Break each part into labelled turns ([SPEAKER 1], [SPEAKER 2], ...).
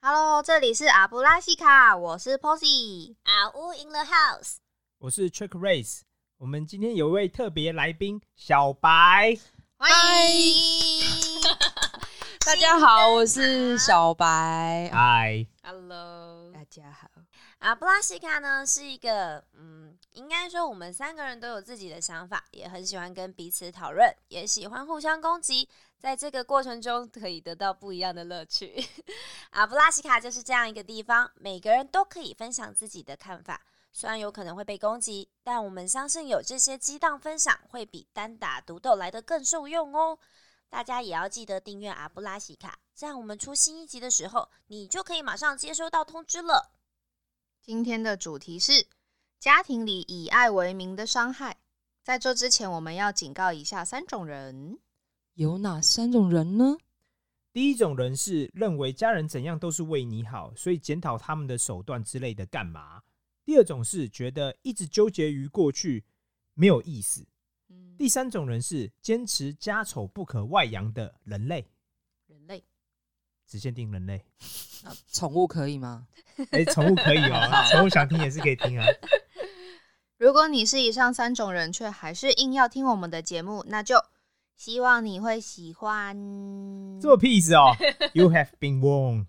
[SPEAKER 1] Hello，这里是阿布拉西卡，我是 Posy。
[SPEAKER 2] 啊呜 in the house，
[SPEAKER 3] 我是 Trick Race。我们今天有一位特别来宾小白，
[SPEAKER 1] 欢 迎。
[SPEAKER 4] 大家好，我是小白。啊
[SPEAKER 3] 嗨，
[SPEAKER 2] Hello，
[SPEAKER 4] 大家好，
[SPEAKER 2] 啊，布拉西卡呢是一个，嗯，应该说我们三个人都有自己的想法，也很喜欢跟彼此讨论，也喜欢互相攻击，在这个过程中可以得到不一样的乐趣。 啊，布拉西卡就是这样一个地方，每个人都可以分享自己的看法，虽然有可能会被攻击，但我们相信有这些激荡分享会比单打独斗来得更受用哦。大家也要记得订阅阿布拉西卡，这样我们出新一集的时候，你就可以马上接收到通知了。
[SPEAKER 1] 今天的主题是家庭里以爱为名的伤害。在这之前，我们要警告以下三种人：
[SPEAKER 4] 有哪三种人呢？
[SPEAKER 3] 第一种人是认为家人怎样都是为你好，所以检讨他们的手段之类的干嘛？第二种是觉得一直纠结于过去没有意思。
[SPEAKER 2] 嗯
[SPEAKER 3] 第三种人是坚持家丑不可外扬的人类，
[SPEAKER 1] 人类。
[SPEAKER 3] 只限定人类。
[SPEAKER 4] 宠物可以吗？
[SPEAKER 3] 哎、宠物可以哦，宠物想听也是可以听啊。
[SPEAKER 1] 如果你是以上三种人，却还是硬要听我们的节目，那就希望你会喜欢。
[SPEAKER 3] 这么 peace 哦，You have been warned。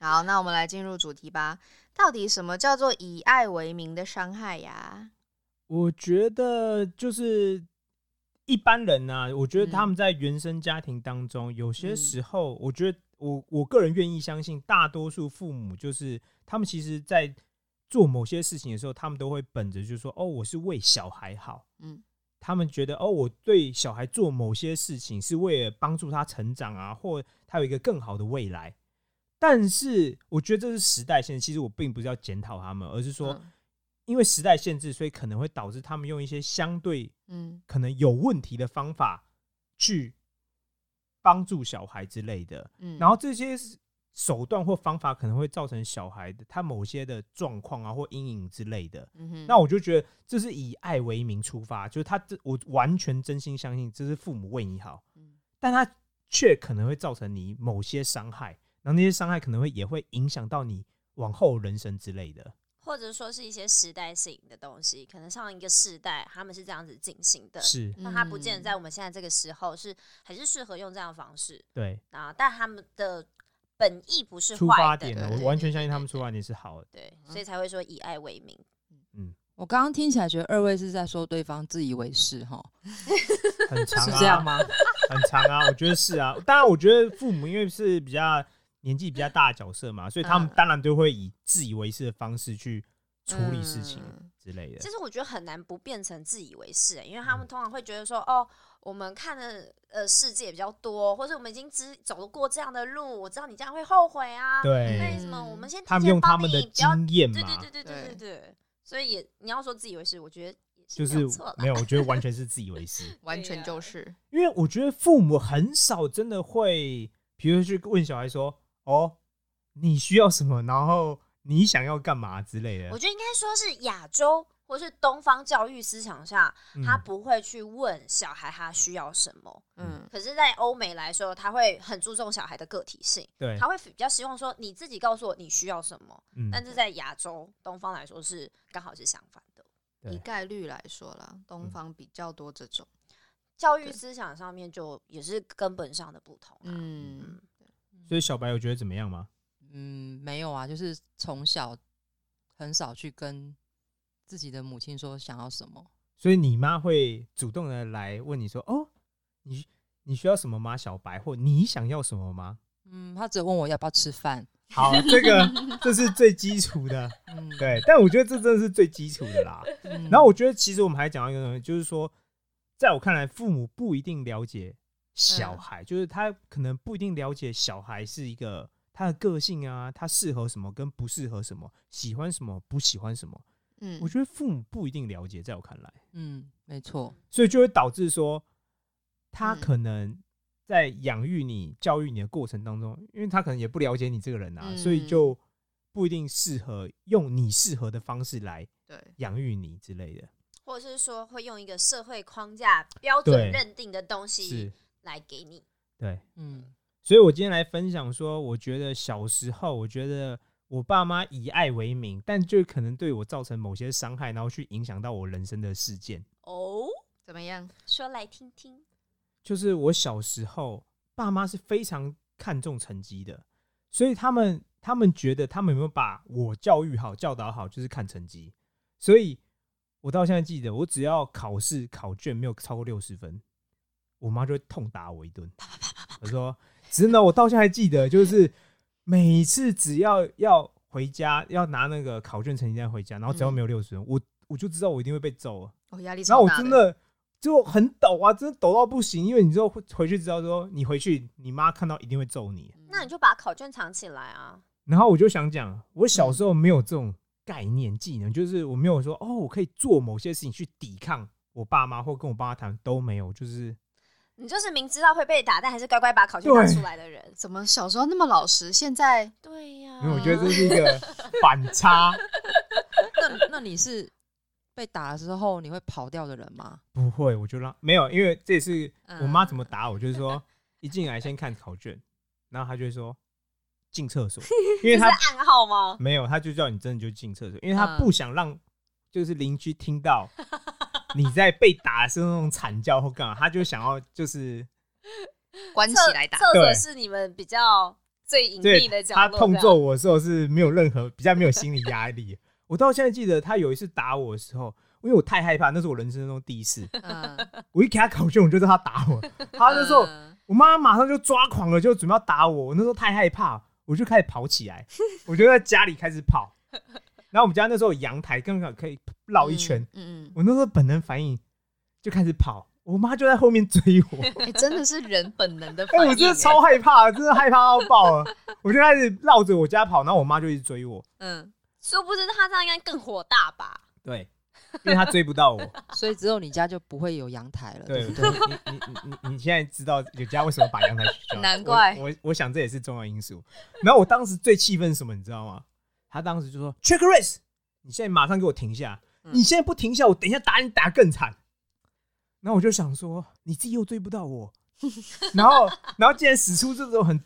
[SPEAKER 1] 好，那我们来进入主题吧。到底什么叫做以爱为名的伤害呀？
[SPEAKER 3] 我觉得就是一般人呐、我觉得他们在原生家庭当中，有些时候，我觉得我我个人愿意相信，大多数父母就是他们其实，在做某些事情的时候，他们都会本着就是说，哦，我是为小孩好，
[SPEAKER 1] 嗯，
[SPEAKER 3] 他们觉得哦，我对小孩做某些事情是为了帮助他成长啊，或他有一个更好的未来。但是我觉得这是时代限制，其实我并不是要检讨他们，而是说，
[SPEAKER 4] 嗯
[SPEAKER 3] 因为时代限制，所以可能会导致他们用一些相对
[SPEAKER 1] 嗯
[SPEAKER 3] 可能有问题的方法去帮助小孩之类的。
[SPEAKER 1] 嗯，
[SPEAKER 3] 然后这些手段或方法可能会造成小孩的他某些的状况啊或阴影之类的。
[SPEAKER 1] 嗯哼，
[SPEAKER 3] 那我就觉得这是以爱为名出发，就是他这我完全真心相信这是父母为你好，
[SPEAKER 1] 嗯
[SPEAKER 3] 但他却可能会造成你某些伤害，然后那些伤害可能会也会影响到你往后人生之类的。
[SPEAKER 2] 或者说是一些时代性的东西，可能上一个世代他们是这样子进行的，
[SPEAKER 3] 是，
[SPEAKER 2] 那它不见得
[SPEAKER 1] 嗯
[SPEAKER 2] 在我们现在这个时候是还是适合用这样的方式
[SPEAKER 3] 对，
[SPEAKER 2] 啊，但他们的本意不是
[SPEAKER 3] 出
[SPEAKER 2] 坏
[SPEAKER 3] 发
[SPEAKER 2] 的，
[SPEAKER 3] 点呢，
[SPEAKER 1] 对
[SPEAKER 3] 我
[SPEAKER 2] 对
[SPEAKER 3] 完全相信他们出发点是好的。
[SPEAKER 2] 对，
[SPEAKER 1] 嗯
[SPEAKER 2] 所以才会说以爱为名。
[SPEAKER 4] 我刚刚听起来觉得二位是在说对方自以为是哈，
[SPEAKER 3] 很长、啊，
[SPEAKER 4] 是这样？吗？
[SPEAKER 3] 很长啊，我觉得是啊。 当然，我觉得父母因为是比较年纪比较大的角色嘛，所以他们
[SPEAKER 1] 嗯
[SPEAKER 3] 当然都会以自以为是的方式去处理事情
[SPEAKER 1] 嗯
[SPEAKER 3] 之类的
[SPEAKER 2] 其。实我觉得很难不变成自以为是、欸，因为
[SPEAKER 3] 嗯
[SPEAKER 2] 他们通常会觉得说，哦，我们看的呃世界比较多，或者我们已经知走过这样的路，我知道你这样会后悔啊。那
[SPEAKER 3] 对
[SPEAKER 2] 为，什么
[SPEAKER 1] 嗯
[SPEAKER 2] 我们先提
[SPEAKER 3] 他们
[SPEAKER 2] 前
[SPEAKER 3] 用他
[SPEAKER 2] 帮
[SPEAKER 3] 们的
[SPEAKER 2] 你不要
[SPEAKER 3] 经验
[SPEAKER 2] 对
[SPEAKER 3] 嘛，
[SPEAKER 2] 对对对对对
[SPEAKER 1] 对，
[SPEAKER 2] 对，所以也你要说自以为是，我觉得也
[SPEAKER 3] 就
[SPEAKER 2] 没
[SPEAKER 3] 是
[SPEAKER 2] 有错啦
[SPEAKER 3] 没有，我觉得完全是自以为是
[SPEAKER 1] 完
[SPEAKER 2] 对
[SPEAKER 1] 全
[SPEAKER 2] 呀
[SPEAKER 1] 就是，
[SPEAKER 3] 因为我觉得父母很少真的会，比如去问小孩说：“哦，你需要什么？然后你想要干嘛之类的。
[SPEAKER 2] 我”觉得应该说是亚洲或是东方教育思想下，
[SPEAKER 3] 嗯
[SPEAKER 2] 他不会去问小孩他需要什么。
[SPEAKER 4] 啊
[SPEAKER 1] 嗯
[SPEAKER 2] 可是，在欧美来说，他会很注重小孩的个体性，
[SPEAKER 3] 嗯对
[SPEAKER 2] 他，会比较希望说你自己告诉我你需要什么。
[SPEAKER 3] 嗯，
[SPEAKER 2] 但是在亚洲、东方来说是刚好是相反的。
[SPEAKER 3] 对
[SPEAKER 1] 以概率
[SPEAKER 4] 嗯
[SPEAKER 1] 来说啦，东方比较多这种，
[SPEAKER 2] 教育
[SPEAKER 1] 对
[SPEAKER 2] 思想上面就也是根本上的不同、啊。
[SPEAKER 1] 嗯，
[SPEAKER 3] 所以小白有觉得怎么样吗？
[SPEAKER 4] 嗯，没有啊，就是从小很少去跟自己的母亲说想要什么。
[SPEAKER 3] 所以你妈会主动的来问你说：“哦，你你需要什么吗，小白？或你想要什么吗
[SPEAKER 4] 嗯，她只有问我要不要吃饭。？”
[SPEAKER 3] 好，这个这是最基础的，
[SPEAKER 4] 嗯，
[SPEAKER 3] 对。但我觉得这真的是最基础的啦。
[SPEAKER 4] 嗯。
[SPEAKER 3] 然后我觉得其实我们还讲到一个东西，就是说，在我看来，父母不一定了解小孩，就是他可能不一定了解小孩是一个他的个性啊，他适合什么跟不适合什么，喜欢什么不喜欢什么。
[SPEAKER 1] 嗯，
[SPEAKER 3] 我觉得父母不一定了解，在我看来。
[SPEAKER 4] 嗯，没错。
[SPEAKER 3] 所以就会导致说，他
[SPEAKER 1] 嗯
[SPEAKER 3] 可能在养育你、教育你的过程当中，因为他可能也不了解你这个人啊，
[SPEAKER 1] 嗯
[SPEAKER 3] 所以就不一定适合用你适合的方式来
[SPEAKER 1] 对，
[SPEAKER 3] 养育你之类的。
[SPEAKER 2] 或者是说会用一个社会框架标准
[SPEAKER 3] 对
[SPEAKER 2] 认定的东西
[SPEAKER 3] 是，
[SPEAKER 2] 来给你。
[SPEAKER 3] 对，
[SPEAKER 4] 嗯，
[SPEAKER 3] 所以我今天来分享说，我觉得小时候，我觉得我爸妈以爱为名，但就可能对我造成某些伤害，然后去影响到我人生的事件。
[SPEAKER 2] 哦，
[SPEAKER 1] 怎么样？
[SPEAKER 2] 说来听听。
[SPEAKER 3] 就是我小时候，爸妈是非常看重成绩的，所以他们他们觉得他们有没有把我教育好、教导好，就是看成绩。所以我到现在记得，我只要考试考卷没有超过六十分，我妈就会痛打我一顿。我说，真的，我到现在还记得，就是每次只要要回家要拿那个考卷成绩单回家，然后只要没有六十分，我我就知道我一定会被揍了。
[SPEAKER 1] 哦，压力
[SPEAKER 3] 然后
[SPEAKER 1] 超
[SPEAKER 3] 我
[SPEAKER 1] 大
[SPEAKER 3] 真的就很抖啊，真的抖到不行，因为你知道回回去知道说你回去你妈看到一定会揍你。
[SPEAKER 2] 那你就把考卷藏起来啊。
[SPEAKER 3] 然后我就想讲，我小时候没有这种概念技能，就是我没有说哦，我可以做某些事情去抵抗我爸妈或跟我爸妈谈都没有，就是
[SPEAKER 2] 你就是明知道会被打，但还是乖乖把考卷拿
[SPEAKER 3] 对
[SPEAKER 2] 出来的人。
[SPEAKER 1] 怎么小时候那么老实，现在
[SPEAKER 2] 对呀、
[SPEAKER 3] 因为我觉得这是一个 反差。
[SPEAKER 4] 那那你是被打了之后你会跑掉的人吗？
[SPEAKER 3] 不会，我就让没有，因为这也是我妈
[SPEAKER 1] 嗯
[SPEAKER 3] 怎么打我，就是说一进来先看考卷，然后她就会说进厕所，因为
[SPEAKER 2] 这是
[SPEAKER 3] 她
[SPEAKER 2] 暗号 吗？
[SPEAKER 3] 没有，他就叫你真的就进厕所，因为他
[SPEAKER 1] 嗯
[SPEAKER 3] 不想让就是邻居 听到你在被打的时候那种惨叫或干嘛，他就想要就是
[SPEAKER 1] 关起来打，
[SPEAKER 2] 厕所
[SPEAKER 3] 对
[SPEAKER 2] 是你们比较最隐
[SPEAKER 3] 对
[SPEAKER 2] 秘的角
[SPEAKER 3] 他
[SPEAKER 2] 落。
[SPEAKER 3] 痛
[SPEAKER 2] 这样
[SPEAKER 3] 揍我的时候是没有任何比较没有心理压力。 我到现在记得他有一次打我的时候，因为我太害怕，那是我人生中第 一次，
[SPEAKER 1] 嗯，
[SPEAKER 3] 我一给他考卷我就知道他打我，他那时候
[SPEAKER 1] 嗯
[SPEAKER 3] 我妈马上就抓狂了，就准备要打我。我那时候太害怕，我就开始跑起 来，我就在家里开始跑。然后我们家那时候有阳台，刚好可以绕一圈。，
[SPEAKER 1] 嗯嗯
[SPEAKER 3] 我那时候本能反应就开始跑，我妈就在后面追 我，
[SPEAKER 1] 嗯，哎，真的是人本能的
[SPEAKER 3] 哎、
[SPEAKER 1] 反应，欸
[SPEAKER 3] 我真的超害怕，真的害怕到爆了，我就开始绕着我家跑，然后我妈就一直追我，
[SPEAKER 1] 嗯，
[SPEAKER 2] 殊不知他这样应该更火大吧？
[SPEAKER 3] 对，因为她追不到我，
[SPEAKER 4] 所以只有你家就不会有阳台了，
[SPEAKER 3] 对，
[SPEAKER 4] 不
[SPEAKER 3] 你 你
[SPEAKER 4] 对？
[SPEAKER 3] 你你你现在知道有家为什么把阳台取消？
[SPEAKER 1] 难怪
[SPEAKER 3] 我我我想这也是重要因素。然后我当时最气愤是什么，你知道吗？他当时就说 “Check race”，你现在马上给我停下！
[SPEAKER 1] 嗯
[SPEAKER 3] 你现在不停下，我等一下打你打更惨。然后我就想说，你自己又追不到我，然后然后竟然使出这种很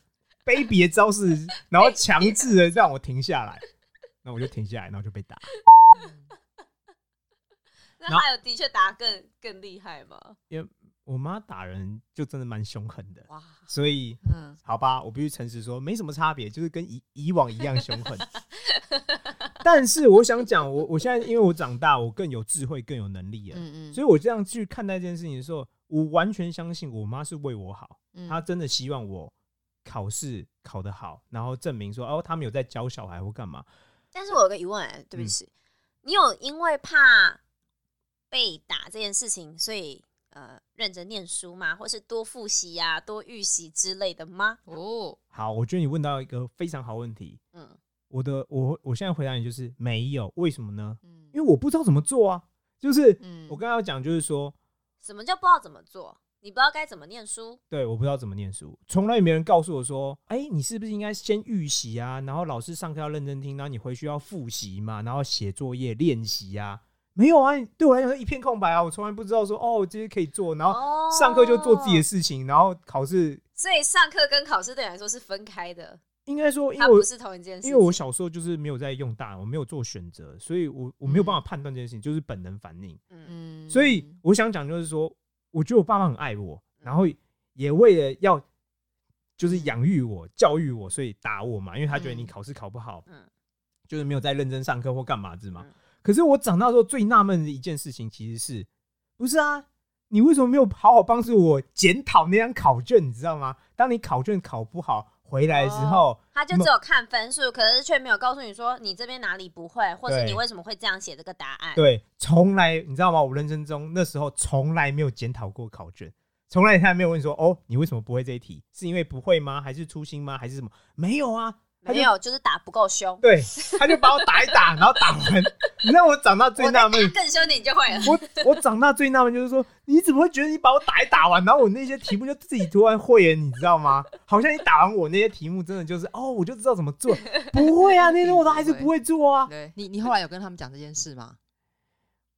[SPEAKER 3] 卑鄙的招式，然后强制的让我停下来，那我就停下来，然后就被打。然
[SPEAKER 2] 那
[SPEAKER 3] 后
[SPEAKER 2] 他有的确打得更更厉害吗？
[SPEAKER 3] 我妈打人就真的蛮凶狠的，
[SPEAKER 2] 哇，
[SPEAKER 3] 所以
[SPEAKER 1] 嗯，
[SPEAKER 3] 好吧，我必须诚实说，没什么差别，就是跟以以往一样凶狠。但是我想讲，我我现在因为我长大，我更有智慧，更有能力了，
[SPEAKER 1] 嗯嗯，
[SPEAKER 3] 所以我这样去看待这件事情的时候，我完全相信我妈是为我好，
[SPEAKER 1] 以
[SPEAKER 3] 她真的希望我考试考得好，然后证明说哦，他们有在教小孩或干嘛。
[SPEAKER 2] 但是我有个疑问、哎对
[SPEAKER 3] 嗯
[SPEAKER 2] 不起，你有因为怕被打这件事情，所以呃认真念书吗？或是多复习呀、多预习之类的吗？
[SPEAKER 1] 哦，
[SPEAKER 3] 好，我觉得你问到一个非常好问题。
[SPEAKER 2] 嗯，
[SPEAKER 3] 我的我我现在回答你就是没有，为什么呢？
[SPEAKER 1] 嗯
[SPEAKER 3] 因为我不知道怎么做啊。就是
[SPEAKER 1] 嗯
[SPEAKER 3] 我刚刚讲，就是说，
[SPEAKER 2] 什么叫不知道怎么做？你不知道该怎么念书？
[SPEAKER 3] 对，我不知道怎么念书，从来也没人告诉我说，哎、你是不是应该先预习啊？然后老师上课要认真听，然后你回去要复习嘛，然后写作业练习啊。没有啊，对我来讲是一片空白啊，我从来不知道说哦，这些可以做，然后
[SPEAKER 2] 哦
[SPEAKER 3] 上课就做自己的，事情，然后考试
[SPEAKER 2] 所以上课跟考试对你来说是分开的，
[SPEAKER 3] 应该说，因
[SPEAKER 2] 它
[SPEAKER 3] 为我
[SPEAKER 2] 不是同一件事情。
[SPEAKER 3] 因为我小时候就是没有在用大脑，我没有做选择，所以我我没有办法判断这件事情，就是本能反应。
[SPEAKER 2] 嗯，
[SPEAKER 1] 嗯，
[SPEAKER 3] 所以我想讲就是说，我觉得我爸妈很爱我，然后也为了要就是养育我、教育我，所以打我嘛，因为他觉得你
[SPEAKER 1] 嗯
[SPEAKER 3] 考试考不好，
[SPEAKER 2] 嗯
[SPEAKER 3] 就是没有在认真上课或干嘛子嘛
[SPEAKER 2] 嗯。
[SPEAKER 3] 可是我长大之后最纳闷的一件事情，其实是不是啊？你为什么没有好好帮助我检讨那张考卷？你知道吗？当你考卷考不好回来的时候，
[SPEAKER 2] 他就只有看分数，可是却没有告诉你说你这边哪里不会，或是
[SPEAKER 3] 对
[SPEAKER 2] 你为什么会这样写这个答案。
[SPEAKER 3] 对，从来你知道吗？我人生中那时候从来没有检讨过考卷，从来他没有问说哦，你为什么不会这一题？是因为不会吗？还是粗心吗？还是什么？没有啊，他就
[SPEAKER 2] 没有，就是打不够凶。
[SPEAKER 3] 对，他就把我打一打，然后打完，你让我长大最
[SPEAKER 2] 我再
[SPEAKER 3] 纳
[SPEAKER 2] 打
[SPEAKER 3] 闷。
[SPEAKER 2] 更凶点就会 了。
[SPEAKER 3] 我我长大最纳闷就是说，你怎么会觉得你把我打一打完，然后我那些题目就自己突然会了，你知道吗？好像你打完我那些题目，真的就是哦，我就知道怎么做。不会啊，那些我都还是不会做啊。
[SPEAKER 1] 对，
[SPEAKER 4] 你你后来有跟他们讲这件事吗？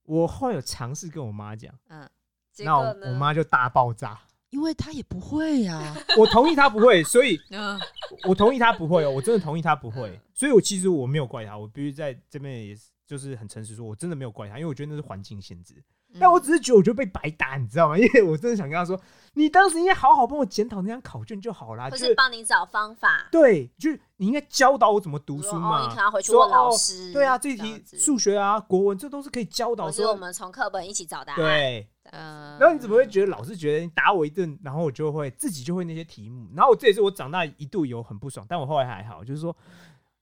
[SPEAKER 3] 我后来有尝试跟我妈讲，
[SPEAKER 1] 嗯，
[SPEAKER 2] 结
[SPEAKER 3] 那
[SPEAKER 2] 果
[SPEAKER 3] 我
[SPEAKER 2] 呢？
[SPEAKER 3] 我妈就大爆炸。
[SPEAKER 4] 因为他也不会呀、
[SPEAKER 3] 我同意他不会，所以
[SPEAKER 4] 嗯，
[SPEAKER 3] 我同意他不会哦，我真的同意他不
[SPEAKER 2] 嗯
[SPEAKER 3] 会，所以我其实我没有怪他，我必须在这边也是就是很诚实说，我真的没有怪他，因为我觉得那是环境限制。
[SPEAKER 2] 嗯
[SPEAKER 3] 但我只是觉得我就被白打，你知道吗？因 为我真的想跟他说，你当时应该好好帮我检讨那张考卷就好啦，
[SPEAKER 2] 或
[SPEAKER 3] 啊就是
[SPEAKER 2] 帮你找方法。
[SPEAKER 3] 对，就是你应该教导我怎么读
[SPEAKER 2] 比如
[SPEAKER 3] 书
[SPEAKER 2] 说
[SPEAKER 3] 嘛。
[SPEAKER 2] 哦，你可能要回去
[SPEAKER 3] 说
[SPEAKER 2] 问老
[SPEAKER 3] 哦
[SPEAKER 2] 师。
[SPEAKER 3] 对啊，这题
[SPEAKER 2] 样子
[SPEAKER 3] 数学啊、国文这都是可以教导
[SPEAKER 2] 或是
[SPEAKER 3] 说
[SPEAKER 2] 我。们从课本一起找答案。
[SPEAKER 3] 对，
[SPEAKER 1] 嗯，
[SPEAKER 3] 然后你怎么会觉得老师觉得你打我一顿，然后我就会自己就会那些题目？然后我这也是我长大一度有很不爽，但我后来还好，就是说，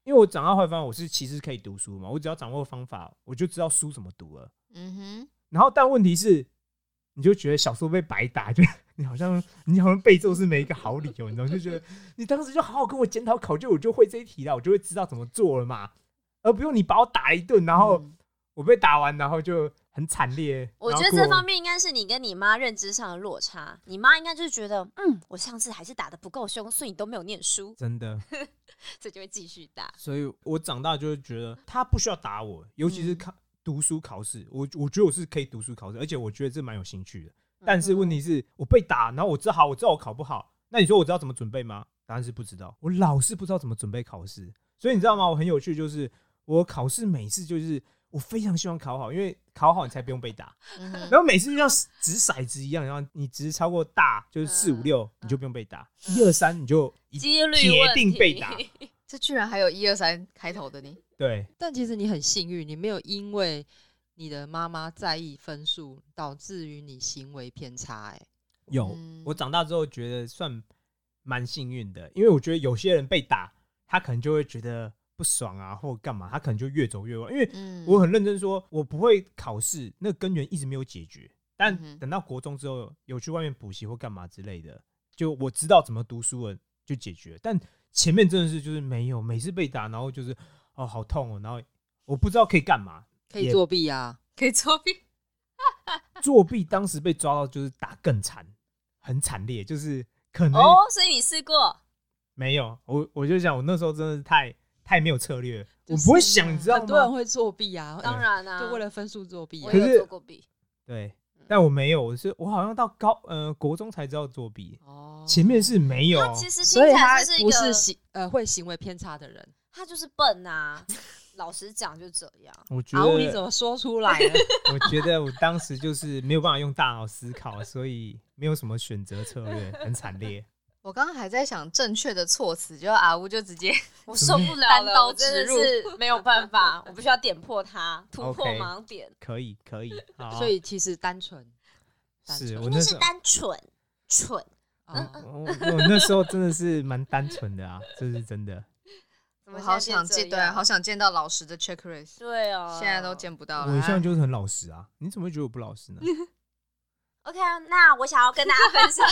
[SPEAKER 3] 因为我长大后来发现我是其实可以读书嘛，我只要掌握方法，我就知道书怎么读了。
[SPEAKER 1] 嗯
[SPEAKER 3] 然后但问题是，你就觉得小时候被白打，就 你好像你好像被揍是没一个好理由，你知道吗？就觉得你当时就好好跟我检讨考卷，我就会这一题了，我就会知道怎么做了嘛，而不用你把我打一顿，然后
[SPEAKER 1] 嗯
[SPEAKER 3] 我被打完，然后就很惨烈。
[SPEAKER 2] 我
[SPEAKER 3] 然
[SPEAKER 2] 觉
[SPEAKER 3] 后
[SPEAKER 2] 得
[SPEAKER 3] 过
[SPEAKER 2] 这方面应该是你跟你妈认知上的落差。你妈应该就是觉得，嗯，我上次还是打的不够凶，所以你都没有念书，
[SPEAKER 3] 真的，
[SPEAKER 2] 所以就会继续打。
[SPEAKER 3] 所以我长大就会觉得他不需要打我，尤其是
[SPEAKER 1] 嗯
[SPEAKER 3] 考、读书考试，我我觉得我是可以读书考试，而且我觉得这蛮有兴趣的。
[SPEAKER 1] 嗯
[SPEAKER 3] 但
[SPEAKER 2] 嗯
[SPEAKER 3] 是问题是我被打，然后我知道好，我知道我考不好，那你说我知道怎么准备吗？答案是不知道，我老是不知道怎么准备考试。所以你知道吗？我很有趣，就是我考试每次就是我非常希望考好，因为考好你才不用被打。
[SPEAKER 1] 哼，嗯
[SPEAKER 3] 然后每次就像掷骰子一样，然后你掷超过大就是四
[SPEAKER 1] 嗯
[SPEAKER 3] 五六，你就不用被打，一二三你就一
[SPEAKER 2] 几率
[SPEAKER 3] 铁
[SPEAKER 2] 问
[SPEAKER 3] 定被
[SPEAKER 2] 题
[SPEAKER 3] 打。
[SPEAKER 1] 这居然还有一二三开头的你，
[SPEAKER 3] 对，
[SPEAKER 4] 但其实你很幸运，你没有因为你的妈妈在意分数，导致于你行为偏差、欸。
[SPEAKER 3] 有
[SPEAKER 1] 嗯
[SPEAKER 3] 我长大之后觉得算蛮幸运的，因为我觉得有些人被打，他可能就会觉得不爽啊，或干嘛，他可能就越走越歪。因为
[SPEAKER 1] 嗯，
[SPEAKER 3] 我很认真说，我不会考试，那根源一直没有解决。但
[SPEAKER 1] 嗯哼
[SPEAKER 3] 等到国中之后，有去外面补习或干嘛之类的，就我知道怎么读书了，就解决。但前面真的是就是没有，每次被打，然后就是哦好痛哦，然后我不知道可以干嘛，
[SPEAKER 4] 可以
[SPEAKER 3] 也
[SPEAKER 4] 作弊啊，
[SPEAKER 1] 可以作弊，
[SPEAKER 3] 作弊。当时被抓到就是打更惨，很惨烈，就是可能
[SPEAKER 2] 哦，所以你试过，
[SPEAKER 3] 没有，我我就想，我那时候真的是太太没有策略了，
[SPEAKER 4] 就是
[SPEAKER 3] 我不会想，你知道
[SPEAKER 4] 很多人
[SPEAKER 3] 吗？
[SPEAKER 4] 会作弊啊，
[SPEAKER 2] 当然啊，
[SPEAKER 4] 就为了分数作弊、
[SPEAKER 2] 我
[SPEAKER 4] 啊
[SPEAKER 3] 可。
[SPEAKER 2] 也
[SPEAKER 3] 是
[SPEAKER 2] 有做过弊，
[SPEAKER 3] 对，但我没有，我是我好像到高呃国中才知道作弊，
[SPEAKER 4] 哦
[SPEAKER 3] 前面是没有，
[SPEAKER 2] 其实听
[SPEAKER 4] 所
[SPEAKER 2] 起
[SPEAKER 4] 以
[SPEAKER 2] 来
[SPEAKER 4] 他
[SPEAKER 2] 就是一
[SPEAKER 4] 不
[SPEAKER 2] 个
[SPEAKER 4] 是，行呃会行为偏差的人。
[SPEAKER 2] 他就是笨啊。老实讲就这样，
[SPEAKER 3] 我觉
[SPEAKER 4] 然
[SPEAKER 3] 得
[SPEAKER 4] 后啊你怎么说出来了？
[SPEAKER 3] 我觉得我当时就是没有办法用大脑思考，所以没有什么选择策略，很惨烈。
[SPEAKER 1] 我刚刚还在想正确的措辞，就阿乌就直 接
[SPEAKER 2] 我受不了
[SPEAKER 1] 单
[SPEAKER 2] 了，
[SPEAKER 1] 刀
[SPEAKER 2] 我真
[SPEAKER 1] 直
[SPEAKER 2] 的
[SPEAKER 1] 入
[SPEAKER 2] 是没有办法，我必须要点破它，突破
[SPEAKER 3] OK
[SPEAKER 2] 盲点。
[SPEAKER 3] 可以，可以，好
[SPEAKER 4] 所以其实单纯，单
[SPEAKER 3] 是
[SPEAKER 4] 纯
[SPEAKER 3] 我那时
[SPEAKER 2] 是
[SPEAKER 3] 候，嗯
[SPEAKER 2] 单纯蠢，嗯
[SPEAKER 4] 啊，
[SPEAKER 3] 我我那时候真的是蛮单纯的啊，这是真的。
[SPEAKER 2] 怎
[SPEAKER 1] 我
[SPEAKER 2] 么
[SPEAKER 1] 好
[SPEAKER 2] 现在
[SPEAKER 1] 想
[SPEAKER 2] 变
[SPEAKER 1] 见，
[SPEAKER 2] 这
[SPEAKER 1] 对，
[SPEAKER 2] 样
[SPEAKER 1] 好想见到老实的 checklist，
[SPEAKER 2] 对哦，
[SPEAKER 1] 现在都见不到
[SPEAKER 3] 我
[SPEAKER 1] 了。
[SPEAKER 3] 现在就是很老实啊，你怎么会觉得我不老实呢？
[SPEAKER 2] OK，那啊我想要跟大家分享，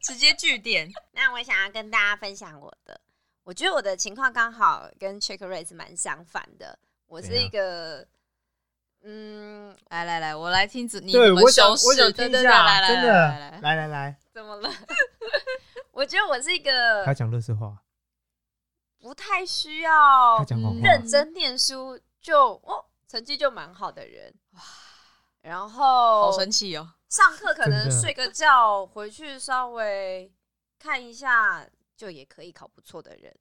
[SPEAKER 1] 直接据点，
[SPEAKER 2] 那我想要跟大家分享我的，我觉得我的情况刚好跟 Check Race 蛮相反的，我是
[SPEAKER 3] 怎样
[SPEAKER 2] 一个，嗯，
[SPEAKER 1] 来来来，我来听子，你
[SPEAKER 3] 对，
[SPEAKER 1] 怎么
[SPEAKER 3] 我想
[SPEAKER 1] 修饰
[SPEAKER 3] 我想
[SPEAKER 1] 对
[SPEAKER 3] 听一
[SPEAKER 1] 对对
[SPEAKER 3] 下，
[SPEAKER 1] 来来
[SPEAKER 3] 真的，
[SPEAKER 1] 来来来
[SPEAKER 3] 来来来，
[SPEAKER 2] 怎么了？ 我觉得我是一
[SPEAKER 3] 他
[SPEAKER 2] 个
[SPEAKER 3] 讲乐色话，
[SPEAKER 2] 不太需要
[SPEAKER 3] 他讲谎话，
[SPEAKER 2] 认真念书就哦成绩就蛮好的人，然后
[SPEAKER 1] 好生气哦，
[SPEAKER 2] 上课可能
[SPEAKER 3] 真的
[SPEAKER 2] 睡个觉，回去稍微看一下就也可以考不错的人，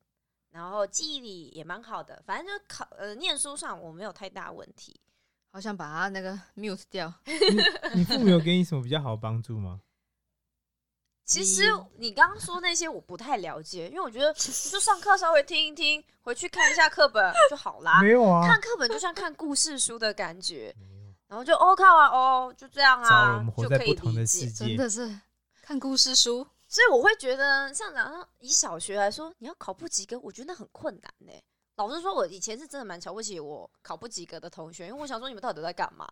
[SPEAKER 2] 然后记忆力也蛮好的，反正就考呃念书上我没有太大问题。
[SPEAKER 1] 好想把他那个 mute 掉。
[SPEAKER 3] 你父母有给你什么比较好的帮助吗？
[SPEAKER 2] 其实你刚刚说那些我不太了解，因为我觉得就上课稍微听一听，回去看一下课本就好啦。
[SPEAKER 3] 没有啊，
[SPEAKER 2] 看课本就像看故事书的感觉，然后就哦看完哦就这样
[SPEAKER 3] 糟了，我
[SPEAKER 2] 啊
[SPEAKER 3] 们，活
[SPEAKER 2] 就
[SPEAKER 3] 在
[SPEAKER 2] 可以
[SPEAKER 3] 不同
[SPEAKER 2] 理
[SPEAKER 3] 的
[SPEAKER 2] 解
[SPEAKER 3] 世。
[SPEAKER 1] 真
[SPEAKER 3] 界。
[SPEAKER 1] 的是看故事书，
[SPEAKER 2] 所以我会觉得，像然后以小学来说，你要考不及格，我觉得那很困难呢、老实说，我以前是真的蛮瞧不起我考不及格的同学，因为我想说你们到底都在干嘛？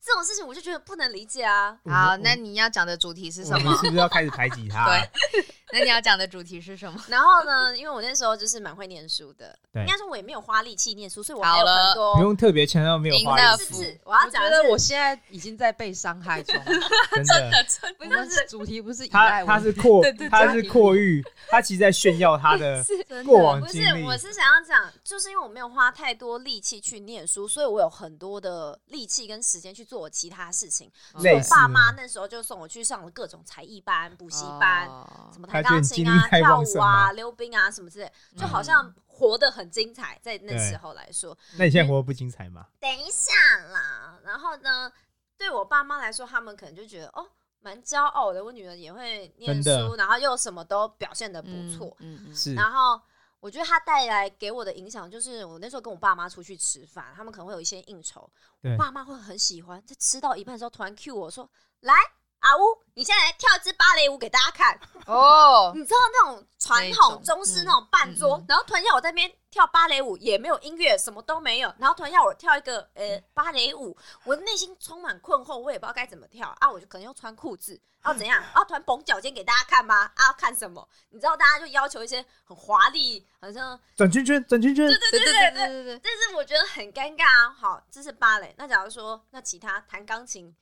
[SPEAKER 2] 这种事情我就觉得不能理解啊。
[SPEAKER 3] 我们
[SPEAKER 1] 好，
[SPEAKER 3] 我
[SPEAKER 1] 那你要讲的主题是
[SPEAKER 3] 我
[SPEAKER 1] 什
[SPEAKER 3] 们
[SPEAKER 1] 么？
[SPEAKER 3] 是不是要开始排挤他？啊
[SPEAKER 1] 对，那你要讲的主题是什么？
[SPEAKER 2] 然后呢，因为我那时候就是蛮会念书的，
[SPEAKER 3] 对
[SPEAKER 2] 应该说我也没有花力气念书，所以我
[SPEAKER 1] 好
[SPEAKER 2] 还有
[SPEAKER 1] 了
[SPEAKER 2] 很
[SPEAKER 3] 不
[SPEAKER 2] 多。
[SPEAKER 3] 用特别强调没有花
[SPEAKER 1] 赢了
[SPEAKER 3] 意
[SPEAKER 2] 是
[SPEAKER 1] 不
[SPEAKER 2] 不
[SPEAKER 1] 是
[SPEAKER 2] 是，我要
[SPEAKER 4] 我觉
[SPEAKER 2] 讲的
[SPEAKER 4] 得
[SPEAKER 2] 是
[SPEAKER 4] 我现在已经在被伤害中了。
[SPEAKER 3] 真的。
[SPEAKER 4] 我
[SPEAKER 2] 不
[SPEAKER 4] 们
[SPEAKER 2] 是是
[SPEAKER 4] 主题不是依赖
[SPEAKER 3] 他
[SPEAKER 4] 我
[SPEAKER 3] 他是阔
[SPEAKER 1] 对对
[SPEAKER 3] 他是阔裕，他其实在炫耀他的
[SPEAKER 2] 是
[SPEAKER 1] 真的
[SPEAKER 3] 过往
[SPEAKER 2] 不
[SPEAKER 3] 经
[SPEAKER 2] 是，
[SPEAKER 3] 历。
[SPEAKER 2] 我是想要讲，就是因为我没有花太多力气去念书，所以我有很多的力气跟时间去做我其他事情。所以
[SPEAKER 3] 类
[SPEAKER 2] 我
[SPEAKER 3] 似
[SPEAKER 2] 爸妈
[SPEAKER 3] 啊
[SPEAKER 2] 那时候就送我去上了各种才艺班、补习班，
[SPEAKER 4] 哦
[SPEAKER 2] 什么弹
[SPEAKER 3] 他觉得
[SPEAKER 2] 钢
[SPEAKER 3] 你
[SPEAKER 2] 琴
[SPEAKER 3] 精
[SPEAKER 2] 啊、
[SPEAKER 3] 力太
[SPEAKER 2] 跳
[SPEAKER 3] 旺
[SPEAKER 2] 舞
[SPEAKER 3] 盛
[SPEAKER 2] 啊、
[SPEAKER 3] 吗
[SPEAKER 2] 溜冰啊什么之类，就好像活得很精彩。在那时
[SPEAKER 3] 嗯对
[SPEAKER 2] 候来说，
[SPEAKER 3] 那你现在活得不精彩吗？
[SPEAKER 2] 等一下啦。然后呢，对我爸妈来说，他们可能就觉得哦，蛮骄傲的，我女儿也会念
[SPEAKER 3] 真的
[SPEAKER 2] 书，然后又什么都表现的不错。
[SPEAKER 1] 嗯 嗯
[SPEAKER 3] 是
[SPEAKER 2] 然后我觉得他带来给我的影响就是，我那时候跟我爸妈出去吃饭，他们可能会有一些应酬，
[SPEAKER 3] 对
[SPEAKER 2] 我爸妈会很喜欢，在吃到一半的时候突然 cue 我说：“来，阿乌，你现在来跳一支芭蕾舞给大家看。
[SPEAKER 1] 哦，
[SPEAKER 2] 你知道那种传
[SPEAKER 4] 那
[SPEAKER 2] 统
[SPEAKER 4] 一种
[SPEAKER 2] 中式
[SPEAKER 4] 嗯
[SPEAKER 2] 那种半桌，
[SPEAKER 4] 嗯嗯
[SPEAKER 2] 然后突然要我在那边跳芭蕾舞，也没有音乐，什么都没有，然后突然要我跳一个呃芭蕾舞，我内心充满困惑，我也不知道该怎么跳啊，我就可能要穿裤子，然后怎 样，啊然后突然绷脚尖给大家看吗？啊，看什么？你知道大家就要求一些很华丽，好像
[SPEAKER 3] 转圈圈，转圈圈，
[SPEAKER 2] 对对对对，
[SPEAKER 1] 对对，
[SPEAKER 2] 但是我觉得很尴尬啊。好，这是芭蕾，那假如说那其他弹钢琴，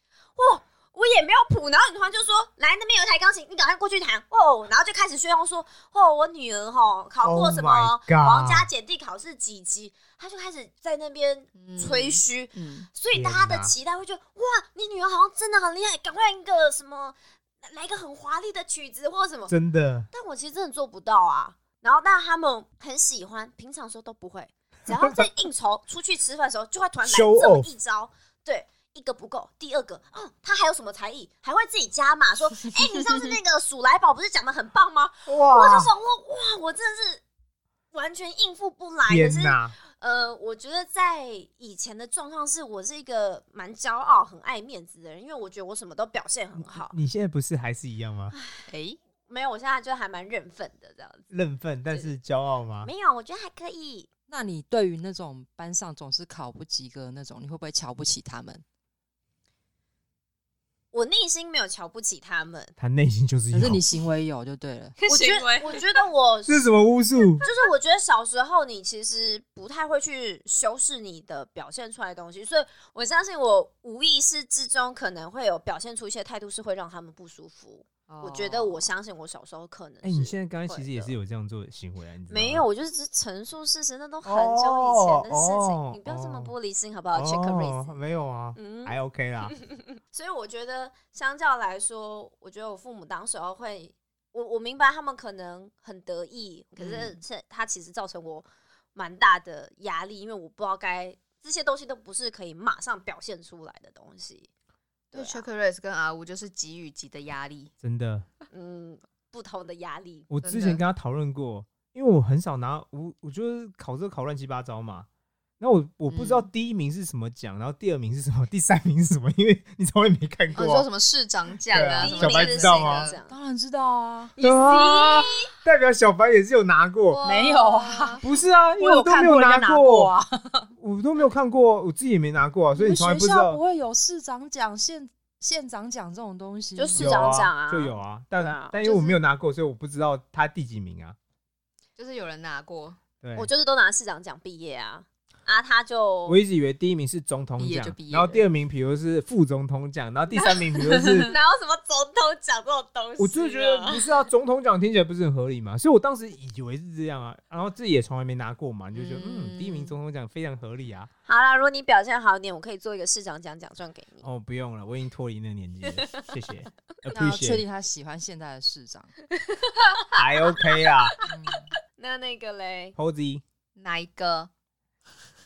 [SPEAKER 2] 哇。我也没有谱，然后你突然就说来那边有一台钢琴，你赶快过去弹哦，然后就开始炫耀说哦，我女儿哈考过
[SPEAKER 3] Oh
[SPEAKER 2] 什么
[SPEAKER 3] my god
[SPEAKER 2] 皇家检定考试几级，她就开始在那边
[SPEAKER 1] 嗯
[SPEAKER 2] 吹嘘，
[SPEAKER 1] 嗯，
[SPEAKER 2] 所以
[SPEAKER 3] 天
[SPEAKER 2] 大家的
[SPEAKER 3] 哪
[SPEAKER 2] 期待会觉得哇，你女儿好像真的很厉害，赶快一个什么来一个很华丽的曲子或者什么，
[SPEAKER 3] 真的
[SPEAKER 2] 但我其实真的做不到啊。然后，但他们很喜欢，平常时候都不会，只要 在应酬、出去吃饭的时候，就会突然来
[SPEAKER 3] Show
[SPEAKER 2] 这么
[SPEAKER 3] off
[SPEAKER 2] 一招。对，一个不够，第二个，哦，他还有什么才艺？还会自己加码，说，哎、你上次那个鼠来宝不是讲的很棒 吗？
[SPEAKER 3] 啊
[SPEAKER 2] 我就
[SPEAKER 3] 哇，
[SPEAKER 2] 想说，哇，我真的是完全应付不来。可
[SPEAKER 3] 天
[SPEAKER 2] 是，
[SPEAKER 3] 哪！
[SPEAKER 2] 呃，我觉得在以前的状况是我是一个蛮骄傲、很爱面子的人，因为我觉得我什么都表现很好。
[SPEAKER 3] 你现在不是还是一样吗？
[SPEAKER 4] 哎，
[SPEAKER 2] 没有，我现在就还蛮认份的这样子。
[SPEAKER 3] 认份，但是骄傲吗？
[SPEAKER 2] 没有，我觉得还可以。
[SPEAKER 4] 那你对于那种班上总是考不及格的那种，你会不会瞧不起他们？
[SPEAKER 2] 我内心没有瞧不起他 们，
[SPEAKER 3] 他内心就是
[SPEAKER 4] 可
[SPEAKER 3] 有
[SPEAKER 4] 是。你行为有就对了。
[SPEAKER 2] 我觉
[SPEAKER 1] 行为
[SPEAKER 2] 得我觉得我
[SPEAKER 3] 这是什么巫术？
[SPEAKER 2] 就是我觉得小时候你其实不太会去修饰你的表现出来的东西，所以我相信我无意识之中可能会有表现出一些态度是会让他们不舒服。我觉得
[SPEAKER 1] 哦
[SPEAKER 2] 我相信我小时候可能是
[SPEAKER 3] 哎，你现在刚刚其
[SPEAKER 2] 会
[SPEAKER 3] 实也
[SPEAKER 2] 的
[SPEAKER 3] 是有这样做的行为啊，你知道吗
[SPEAKER 2] 没有，？我就是只陈述事实，那都很久以前的事情，
[SPEAKER 3] 哦哦
[SPEAKER 2] 你不要这么
[SPEAKER 3] 哦
[SPEAKER 2] 玻璃心好不好、c h e c k r a
[SPEAKER 3] 哦，
[SPEAKER 2] c e
[SPEAKER 3] 没有啊，
[SPEAKER 2] 嗯，
[SPEAKER 3] 还 OK 啦。
[SPEAKER 2] 所以我觉得，相较来说，我觉得我父母当时候会，我我明白他们可能很得意，可是
[SPEAKER 4] 嗯
[SPEAKER 2] 是他其实造成我蛮大的压力，因为我不知道该这些东西都不是可以马上表现出来的东西。对
[SPEAKER 1] 对
[SPEAKER 2] 啊、
[SPEAKER 1] ，Chuck Race 跟阿吴就是给与给的压力，
[SPEAKER 3] 真的，
[SPEAKER 2] 嗯，不同的压力，
[SPEAKER 3] 我
[SPEAKER 1] 真
[SPEAKER 3] 之
[SPEAKER 1] 的
[SPEAKER 3] 前跟他讨论过，因为我很少拿我，我就是考这考乱七八糟嘛。那我我不知道
[SPEAKER 1] 嗯
[SPEAKER 3] 第一名是什么奖，然后第二名是什么，第三名是什么，因为你从来没看
[SPEAKER 1] 哦，
[SPEAKER 3] 过
[SPEAKER 1] 你
[SPEAKER 3] 啊、
[SPEAKER 1] 说什么市长奖
[SPEAKER 3] 对啊
[SPEAKER 1] 什 么
[SPEAKER 3] 小白
[SPEAKER 1] 之类
[SPEAKER 3] 知道
[SPEAKER 1] 的
[SPEAKER 3] 吗
[SPEAKER 2] 这样
[SPEAKER 4] 哦当然知道啊，
[SPEAKER 2] 你
[SPEAKER 3] 啊， 代表小白也是有拿过，
[SPEAKER 4] 没有啊
[SPEAKER 1] 哇，
[SPEAKER 3] 不是啊，因为
[SPEAKER 4] 有
[SPEAKER 3] 都没
[SPEAKER 4] 看过人
[SPEAKER 3] 拿
[SPEAKER 4] 家拿 过啊。
[SPEAKER 3] 我都没有看过，我自己也没拿过啊，所以
[SPEAKER 4] 你
[SPEAKER 3] 你
[SPEAKER 4] 们
[SPEAKER 3] 从来
[SPEAKER 4] 学
[SPEAKER 3] 不知
[SPEAKER 4] 校
[SPEAKER 3] 道
[SPEAKER 4] 不会有市长奖、县县长奖这种东西吗，
[SPEAKER 2] 就市
[SPEAKER 3] 有
[SPEAKER 2] 长
[SPEAKER 3] 啊
[SPEAKER 2] 奖啊
[SPEAKER 3] 就有啊，但、
[SPEAKER 2] 对啊
[SPEAKER 3] 但因
[SPEAKER 1] 就
[SPEAKER 3] 为
[SPEAKER 1] 是
[SPEAKER 3] 我没有拿过，所以我不知道他第几名啊。
[SPEAKER 1] 就是有人拿过，
[SPEAKER 3] 对，
[SPEAKER 2] 我
[SPEAKER 3] 我
[SPEAKER 2] 就是都拿市长奖毕业啊，啊，他就
[SPEAKER 3] 一直以为第一名是总统
[SPEAKER 4] 毕业
[SPEAKER 3] 奖
[SPEAKER 4] 就毕，业
[SPEAKER 3] 然后
[SPEAKER 4] 了
[SPEAKER 3] 第二名比如是副总统奖，然后第三名比如 是
[SPEAKER 2] 哪有什么总统奖这种东西啊、
[SPEAKER 3] 我就是觉得不是啊，总统奖听起来不是很合理嘛，所以我当时以为是这样啊，然后自己也从来没拿过嘛，你就觉得嗯
[SPEAKER 1] 嗯
[SPEAKER 3] 第一名总统奖非常合理啊。
[SPEAKER 2] 好啦，如果你表现好一点，我可以做一个市长奖奖状给你。
[SPEAKER 3] 哦，不用了，我已经脱离那个年纪了，谢谢
[SPEAKER 2] 啊
[SPEAKER 4] 那要确定
[SPEAKER 3] ，appreciate，
[SPEAKER 4] 他喜欢现在的市长。
[SPEAKER 3] 还 OK 啦
[SPEAKER 4] 嗯
[SPEAKER 2] 那那个嘞，
[SPEAKER 3] ，Posy，
[SPEAKER 1] 哪一个？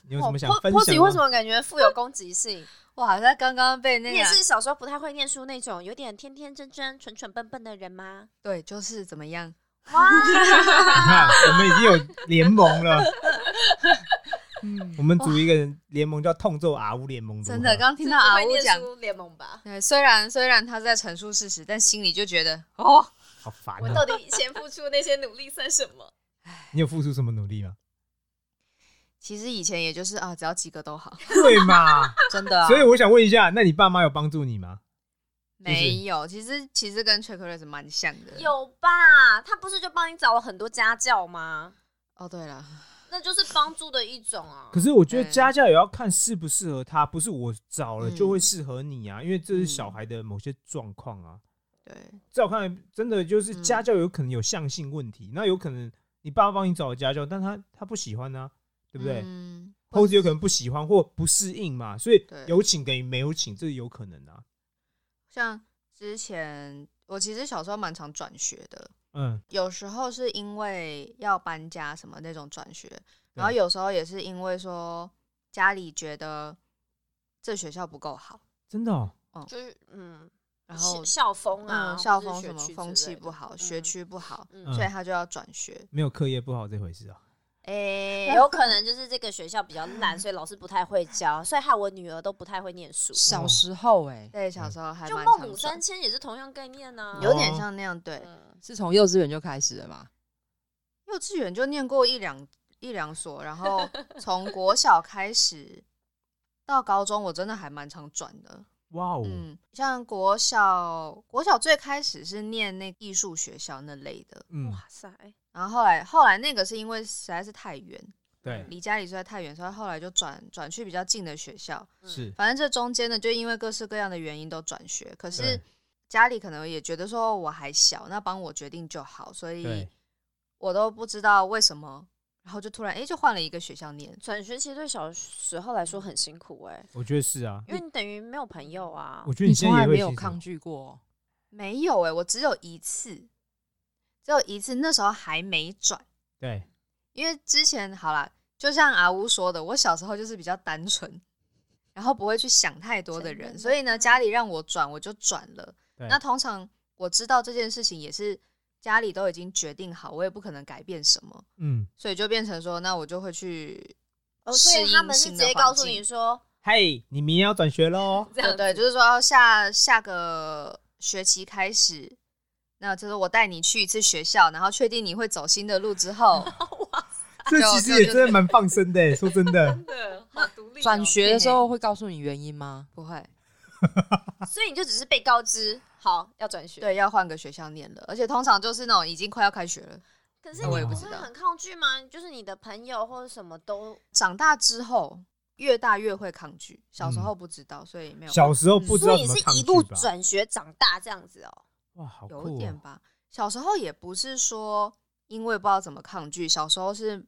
[SPEAKER 3] 你有什么想
[SPEAKER 2] 波
[SPEAKER 3] 分
[SPEAKER 2] 波
[SPEAKER 3] 享
[SPEAKER 2] 吉
[SPEAKER 3] 的
[SPEAKER 2] 哦
[SPEAKER 3] 吗？
[SPEAKER 2] 为什么感觉富有攻击性？
[SPEAKER 1] 哇，他刚刚被 那
[SPEAKER 2] 你
[SPEAKER 1] 个
[SPEAKER 2] 也是小时候不太会念书那种，有点天天真真、蠢蠢笨笨的人吗？
[SPEAKER 1] 对，就是怎么样？
[SPEAKER 2] 哇，
[SPEAKER 3] 你看， 我们已经有联盟了，
[SPEAKER 4] 嗯
[SPEAKER 3] 我们组一个联盟叫“痛揍阿乌联盟”，
[SPEAKER 1] 真的，
[SPEAKER 3] 如何
[SPEAKER 1] 刚听到阿
[SPEAKER 2] 是不会
[SPEAKER 1] 吴
[SPEAKER 2] 念
[SPEAKER 1] 讲，
[SPEAKER 2] 书联盟吧？
[SPEAKER 1] 对，虽然虽然他是在陈述事实，但心里就觉得哦，
[SPEAKER 3] 好烦
[SPEAKER 2] 我
[SPEAKER 3] 啊！
[SPEAKER 2] 到底以前付出那些努力算什么？
[SPEAKER 3] 你有付出什么努力吗？
[SPEAKER 1] 其实以前也就是啊，只要及格都好，
[SPEAKER 3] 对嘛？
[SPEAKER 4] 真的啊，
[SPEAKER 3] 所以我想问一下，那你爸妈有帮助你吗？是
[SPEAKER 1] 没有。其实其实跟 Chocolate 蛮像 的。
[SPEAKER 2] 有吧？他不是就帮你找了很多家教吗？
[SPEAKER 1] 哦，对了，
[SPEAKER 2] 那就是帮助的一种啊
[SPEAKER 3] 可。是我觉得
[SPEAKER 1] 嗯
[SPEAKER 3] 家教也要看适不适合他，不是我找了
[SPEAKER 1] 嗯
[SPEAKER 3] 就会适合你啊，因为这是小
[SPEAKER 1] 嗯
[SPEAKER 3] 孩的某些状况啊。
[SPEAKER 1] 对，
[SPEAKER 3] 在我看来，真的就是
[SPEAKER 1] 嗯
[SPEAKER 3] 家教有可能有向性问题，那有可能你爸爸帮你找的家教，但他他不喜欢啊，对不对？
[SPEAKER 1] 嗯，或
[SPEAKER 3] 猴子
[SPEAKER 1] 者
[SPEAKER 3] 有可能不喜欢或不适应嘛，所以
[SPEAKER 1] 对
[SPEAKER 3] 有请等于没有请，这是有可能的啊、
[SPEAKER 1] 像之前我其实小时候蛮常转学的，
[SPEAKER 3] 嗯，
[SPEAKER 1] 有时候是因为要搬家什么那种转学，然后
[SPEAKER 3] 对
[SPEAKER 1] 有时候也是因为说家里觉得这学校不够好，
[SPEAKER 3] 真的、哦，
[SPEAKER 2] 就是嗯，
[SPEAKER 1] 然后
[SPEAKER 2] 校校风啊，
[SPEAKER 1] 嗯，校
[SPEAKER 2] 或
[SPEAKER 1] 风
[SPEAKER 2] 是学
[SPEAKER 1] 什么
[SPEAKER 2] 区
[SPEAKER 1] 风
[SPEAKER 2] 之类
[SPEAKER 1] 气
[SPEAKER 2] 的
[SPEAKER 1] 不好，学
[SPEAKER 2] 嗯
[SPEAKER 1] 区不好，
[SPEAKER 2] 嗯
[SPEAKER 1] 所以
[SPEAKER 3] 嗯，
[SPEAKER 1] 他就要转学。
[SPEAKER 3] 没有课业不好这回事啊。
[SPEAKER 1] 诶、
[SPEAKER 2] 有可能就是这个学校比较烂，所以老师不太会教，所以害我女儿都不太会念书。
[SPEAKER 4] 小时候哎、
[SPEAKER 1] 对，小时候
[SPEAKER 2] 嗯
[SPEAKER 1] 还
[SPEAKER 2] 就
[SPEAKER 1] 蛮
[SPEAKER 2] 孟
[SPEAKER 1] 常
[SPEAKER 2] 母
[SPEAKER 1] 转
[SPEAKER 2] 三迁也是同样概念呢、
[SPEAKER 1] 有点
[SPEAKER 3] 哦
[SPEAKER 1] 像那样。对，
[SPEAKER 2] 嗯
[SPEAKER 4] 是从幼稚园就开始了嘛？
[SPEAKER 1] 幼稚园就念过一两一两所，然 后从国小开始到高中，我真的还蛮常转的。
[SPEAKER 3] 哇哦，
[SPEAKER 1] 嗯，像国小，国小最开始是念那艺术学校那类的，
[SPEAKER 3] 嗯，
[SPEAKER 2] 哇塞，
[SPEAKER 1] 然后后来后来那个是因为实在是太远，
[SPEAKER 3] 对，
[SPEAKER 1] 离家里实在太远，所以后来就转转去比较近的学校。
[SPEAKER 2] 嗯
[SPEAKER 3] 是，
[SPEAKER 1] 反正这中间呢，就因为各式各样的原因都转学，可是
[SPEAKER 3] 对
[SPEAKER 1] 家里可能也觉得说我还小，那帮我决定就好，所以
[SPEAKER 3] 对，
[SPEAKER 1] 我都不知道为什么，然后就突然哎、诶就换了一个学校念。
[SPEAKER 2] 转学其实对小时候来说很辛苦哎、
[SPEAKER 3] 我觉得是啊，
[SPEAKER 2] 因为你等于没有朋友啊
[SPEAKER 3] 我。觉得你现
[SPEAKER 4] 从
[SPEAKER 3] 在
[SPEAKER 4] 来
[SPEAKER 3] 也会
[SPEAKER 4] 没有
[SPEAKER 3] 其实
[SPEAKER 4] 抗拒过，哦
[SPEAKER 1] 没有哎、我只有一次，只有一次，那时候还没转。
[SPEAKER 3] 对，
[SPEAKER 1] 因为之前好啦，就像阿乌说的，我小时候就是比较单纯，然后不会去想太多的
[SPEAKER 2] 真
[SPEAKER 1] 人，
[SPEAKER 2] 的
[SPEAKER 1] 所以呢，家里让我转我就转了。
[SPEAKER 3] 对
[SPEAKER 1] 那通常我知道这件事情也是家里都已经决定好，我也不可能改变什么，
[SPEAKER 3] 嗯，
[SPEAKER 1] 所以就变成说，那我就会去
[SPEAKER 2] 哦，所以
[SPEAKER 1] 适
[SPEAKER 2] 他
[SPEAKER 1] 应
[SPEAKER 2] 们是
[SPEAKER 1] 新
[SPEAKER 2] 直
[SPEAKER 1] 的
[SPEAKER 2] 接
[SPEAKER 1] 环
[SPEAKER 2] 告诉
[SPEAKER 1] 境
[SPEAKER 2] 你说
[SPEAKER 3] 嘿，你明天要转学喽，
[SPEAKER 2] 这样子
[SPEAKER 1] 对，就是说哦下下个学期开始。那就是我带你去一次学校，然后确定你会走新的路之后，
[SPEAKER 3] 这
[SPEAKER 1] 就
[SPEAKER 3] 其
[SPEAKER 1] 就
[SPEAKER 3] 实也
[SPEAKER 1] 就
[SPEAKER 3] 真的蛮放生的欸，说真的，
[SPEAKER 2] 的好独立哦
[SPEAKER 4] 转学的时候会告诉你原因吗？
[SPEAKER 1] 不会，
[SPEAKER 2] 所以你就只是被告知好要转学。，
[SPEAKER 1] 对，要换个学校念了，而且通常就是那种已经快要开学了。
[SPEAKER 2] 可是
[SPEAKER 3] 那我
[SPEAKER 2] 你
[SPEAKER 3] 也
[SPEAKER 2] 不
[SPEAKER 3] 不
[SPEAKER 2] 是
[SPEAKER 1] 知道
[SPEAKER 2] 很抗拒吗？就是你的朋友或者什么都
[SPEAKER 1] 长大之后越大越会抗拒，小时候不知道，所以没有
[SPEAKER 3] 嗯小时候不知
[SPEAKER 2] 所
[SPEAKER 3] 道
[SPEAKER 2] 以你
[SPEAKER 3] 怎么
[SPEAKER 2] 是
[SPEAKER 3] 抗
[SPEAKER 2] 一
[SPEAKER 3] 拒
[SPEAKER 2] 路
[SPEAKER 3] 吧？
[SPEAKER 2] 转学长大这样子哦、
[SPEAKER 3] 哇，好酷、哦，
[SPEAKER 1] 有点吧。小时候也不是说因为不知道怎么抗拒，小时候是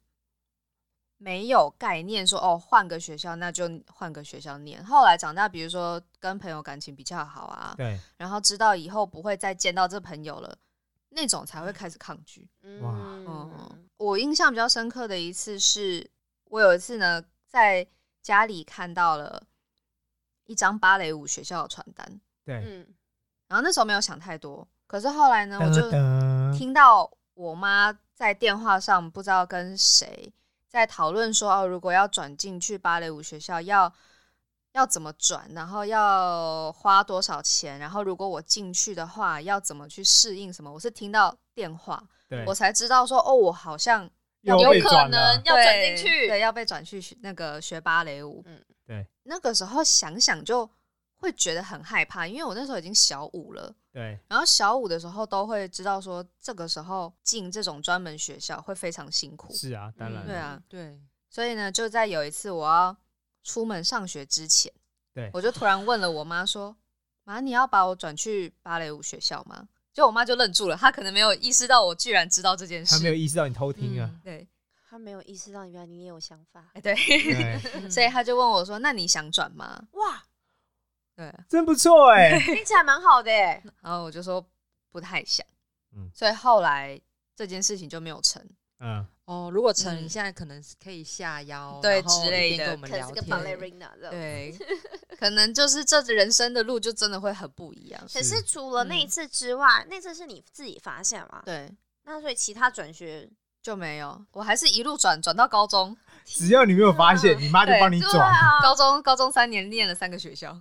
[SPEAKER 1] 没有概念说哦换个学校那就换个学校念。后来长大，比如说跟朋友感情比较好啊，
[SPEAKER 3] 对，
[SPEAKER 1] 然后知道以后不会再见到这朋友了，那种才会开始抗拒。
[SPEAKER 3] 哇
[SPEAKER 1] 嗯
[SPEAKER 2] 嗯，，
[SPEAKER 1] 我印象比较深刻的一次是，我有一次呢在家里看到了一张芭蕾舞学校的传单，
[SPEAKER 3] 对，
[SPEAKER 2] 嗯，
[SPEAKER 1] 然后那时候没有想太多，可是后来呢，我就
[SPEAKER 3] 噔
[SPEAKER 1] 听到我妈在电话上不知道跟谁在讨论说，哦，如果要转进去芭蕾舞学校要。要怎么转，然后要花多少钱，然后如果我进去的话，要怎么去适应什么？我是听到电话，
[SPEAKER 3] 对，
[SPEAKER 1] 我才知道说，哦，我好像
[SPEAKER 3] 又
[SPEAKER 2] 有
[SPEAKER 3] 被
[SPEAKER 2] 可
[SPEAKER 3] 转
[SPEAKER 2] 能
[SPEAKER 3] 了，
[SPEAKER 2] 要
[SPEAKER 1] 对
[SPEAKER 2] 转进去。
[SPEAKER 1] 对，要被转去学那个学芭蕾舞。
[SPEAKER 2] 嗯
[SPEAKER 3] 对，
[SPEAKER 1] 那个时候想想就会觉得很害怕，因为我那时候已经小五了，
[SPEAKER 3] 对，
[SPEAKER 1] 然后小五的时候都会知道说，这个时候进这种专门学校会非常辛苦。
[SPEAKER 3] 是啊，当然
[SPEAKER 2] 嗯
[SPEAKER 3] 了，
[SPEAKER 1] 对啊，
[SPEAKER 4] 对，
[SPEAKER 1] 所以呢，就在有一次我要出门上学之前，
[SPEAKER 3] 对
[SPEAKER 1] 我就突然问了我妈说：“妈，你要把我转去芭蕾舞学校吗？”结果我妈就愣住了，她可能没有意识到我居然知道这件
[SPEAKER 3] 他没有
[SPEAKER 1] 事。
[SPEAKER 3] 意识到你偷听啊，
[SPEAKER 1] 对，
[SPEAKER 2] 他没有意识到原来你也有想法。
[SPEAKER 1] 哎对，
[SPEAKER 3] 对，
[SPEAKER 4] 嗯
[SPEAKER 1] 所以她就问我说：“那你想转吗
[SPEAKER 2] 哇，？”
[SPEAKER 1] 对，
[SPEAKER 3] 真不错哎、
[SPEAKER 2] 听起来蛮好的耶。
[SPEAKER 1] 然后我就说不太想，
[SPEAKER 3] 嗯
[SPEAKER 1] 所以后来这件事情就没有成，
[SPEAKER 3] 嗯，
[SPEAKER 4] 哦，如果成，
[SPEAKER 1] 嗯
[SPEAKER 4] 你现在可能是可以下腰，
[SPEAKER 1] 对
[SPEAKER 4] 然后
[SPEAKER 1] 之类
[SPEAKER 4] 一边
[SPEAKER 1] 的
[SPEAKER 4] 跟我们
[SPEAKER 2] 可能
[SPEAKER 4] 聊
[SPEAKER 2] 是个
[SPEAKER 4] 天。
[SPEAKER 2] ballerina 这样。
[SPEAKER 1] 对，可能就是这人生的路就真的会很不一样，
[SPEAKER 2] 可是
[SPEAKER 3] 是
[SPEAKER 2] 除了那一
[SPEAKER 1] 嗯
[SPEAKER 2] 次之外，那次是你自己发现吗？。
[SPEAKER 1] 对，
[SPEAKER 2] 那所以其他转学，
[SPEAKER 1] 就没有，我还是一路转转到高中，
[SPEAKER 3] 只要你没有发现，你妈就帮你
[SPEAKER 2] 对
[SPEAKER 3] 转，
[SPEAKER 2] 啊，
[SPEAKER 1] 高中高中三年念了三个学校，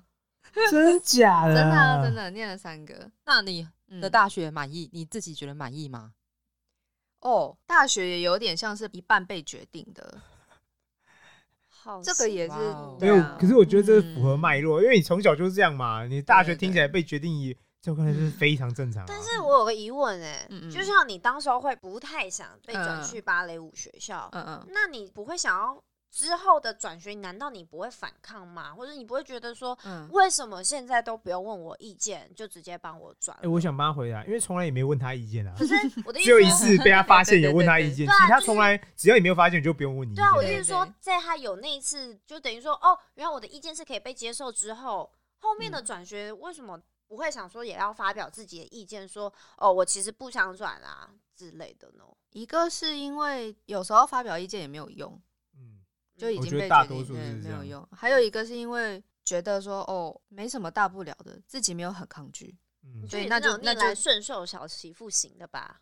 [SPEAKER 3] 真假
[SPEAKER 1] 真
[SPEAKER 3] 的
[SPEAKER 1] 的啊真的念了三个，
[SPEAKER 4] 那你
[SPEAKER 1] 嗯
[SPEAKER 4] 的大学满意？你自己觉得满意吗？
[SPEAKER 1] 哦，大学也有点像是一半被决定的，
[SPEAKER 2] 好
[SPEAKER 1] 这个也是
[SPEAKER 4] 哇哦
[SPEAKER 3] 没
[SPEAKER 1] 对
[SPEAKER 3] 有
[SPEAKER 1] 啊，
[SPEAKER 3] 可是我觉得这是符合脉络，因为你从小就是这样嘛，你大学听起来被决定也，就可能就是非常正常、啊。
[SPEAKER 2] 但是我有个疑问哎、
[SPEAKER 1] 嗯嗯
[SPEAKER 2] 就像你当时候会不太想被转
[SPEAKER 1] 嗯
[SPEAKER 2] 去芭蕾舞学校，
[SPEAKER 1] 嗯嗯，
[SPEAKER 2] 那你不会想要之后的转学，难道你不会反抗吗？或者你不会觉得说，
[SPEAKER 1] 嗯，
[SPEAKER 2] 为什么现在都不用问我意见，就直接帮我转了？
[SPEAKER 3] 哎，我想帮他回答，因为从来也没问他意见啊，
[SPEAKER 2] 可是我的意
[SPEAKER 3] 只有
[SPEAKER 2] 思
[SPEAKER 3] 一
[SPEAKER 2] 是，
[SPEAKER 3] 次被他发现有问他意
[SPEAKER 2] 对
[SPEAKER 3] 见，
[SPEAKER 2] 对对对
[SPEAKER 3] 其他从来只要你没有发现，你就不用问你意
[SPEAKER 2] 对啊，我
[SPEAKER 3] 见。
[SPEAKER 2] 的意
[SPEAKER 1] 对
[SPEAKER 2] 思说
[SPEAKER 1] 对，
[SPEAKER 2] 在他有那一次，就等于说，哦，原来我的意见是可以被接受之后，后面
[SPEAKER 3] 嗯
[SPEAKER 2] 的转学为什么不会想说也要发表自己的意见说哦，我其实不想转啊之类的呢？
[SPEAKER 1] 一个是因为有时候发表意见也没有用，
[SPEAKER 3] 嗯，
[SPEAKER 1] 就已
[SPEAKER 3] 我
[SPEAKER 1] 经
[SPEAKER 3] 觉得
[SPEAKER 1] 被
[SPEAKER 3] 大
[SPEAKER 1] 决定
[SPEAKER 3] 多数
[SPEAKER 1] 对
[SPEAKER 3] 是这
[SPEAKER 1] 没有
[SPEAKER 3] 样
[SPEAKER 1] 用。还有一个是因为觉得说哦，没什么大不了的，自己没有很抗拒，
[SPEAKER 3] 嗯，
[SPEAKER 1] 对
[SPEAKER 2] 也是
[SPEAKER 1] 那就
[SPEAKER 2] 种
[SPEAKER 1] 那
[SPEAKER 2] 逆来
[SPEAKER 1] 就
[SPEAKER 2] 顺受小媳妇型的吧？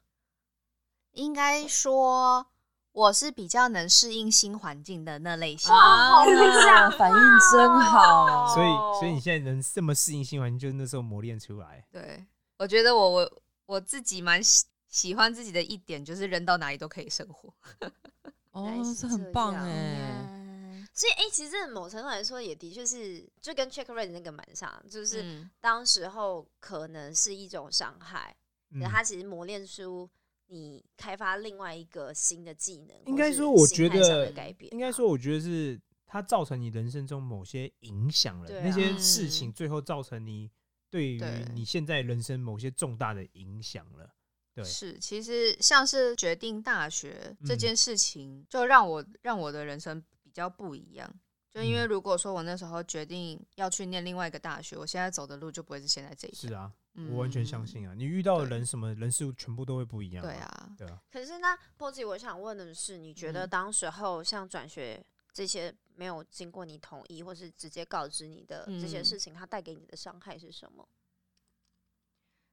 [SPEAKER 1] 应该说我是比较能适应新环境的那类型。
[SPEAKER 4] 啊
[SPEAKER 2] 哇好理想
[SPEAKER 4] 反应真好，
[SPEAKER 3] 所以
[SPEAKER 2] 哦
[SPEAKER 3] 所以你现在能这么适应新环境，就是那时候磨练出来。
[SPEAKER 1] 对，我觉得我我我自己蛮喜喜欢自己的一点就是人到哪里都可以生活。
[SPEAKER 2] 原来
[SPEAKER 4] 哦，
[SPEAKER 2] 是
[SPEAKER 4] 这
[SPEAKER 2] 这
[SPEAKER 4] 很棒
[SPEAKER 2] 样
[SPEAKER 4] 哎，
[SPEAKER 2] 所以，哎、其实某程度来说，也的确是就跟 check rate 那个蛮像，就是
[SPEAKER 1] 嗯
[SPEAKER 2] 当时候可能是一种伤害，
[SPEAKER 3] 嗯
[SPEAKER 2] 可，它其实磨练出你开发另外一个新的技能，
[SPEAKER 3] 应该
[SPEAKER 2] 或是
[SPEAKER 3] 说我
[SPEAKER 2] 心
[SPEAKER 3] 觉
[SPEAKER 2] 态上
[SPEAKER 3] 得
[SPEAKER 2] 的改变啊，
[SPEAKER 3] 应该说，我觉得是它造成你人生中某些影响了，
[SPEAKER 2] 对啊
[SPEAKER 3] 那些事情最后造成你对于
[SPEAKER 1] 对
[SPEAKER 3] 你现在人生某些重大的影响了。对
[SPEAKER 1] 是，其实像是决定大学这
[SPEAKER 3] 嗯
[SPEAKER 1] 件事情，就让我让我的人生比较不一样。就因为
[SPEAKER 3] 嗯
[SPEAKER 1] 如果说我那时候决定要去念另外一个大学，我现在走的路就不会是现在这一条。
[SPEAKER 3] 是啊，
[SPEAKER 1] 嗯，
[SPEAKER 3] 我完全相信啊，你遇到的
[SPEAKER 1] 对
[SPEAKER 3] 人什么人事物全部都会不一样。
[SPEAKER 1] 对，啊，
[SPEAKER 3] 对啊，
[SPEAKER 2] 可是那 Posy，我想问的是，你觉得
[SPEAKER 1] 嗯
[SPEAKER 2] 当时候像转学这些没有经过你同意，或是直接告知你的这些
[SPEAKER 1] 嗯
[SPEAKER 2] 事情，它带给你的伤害是什么？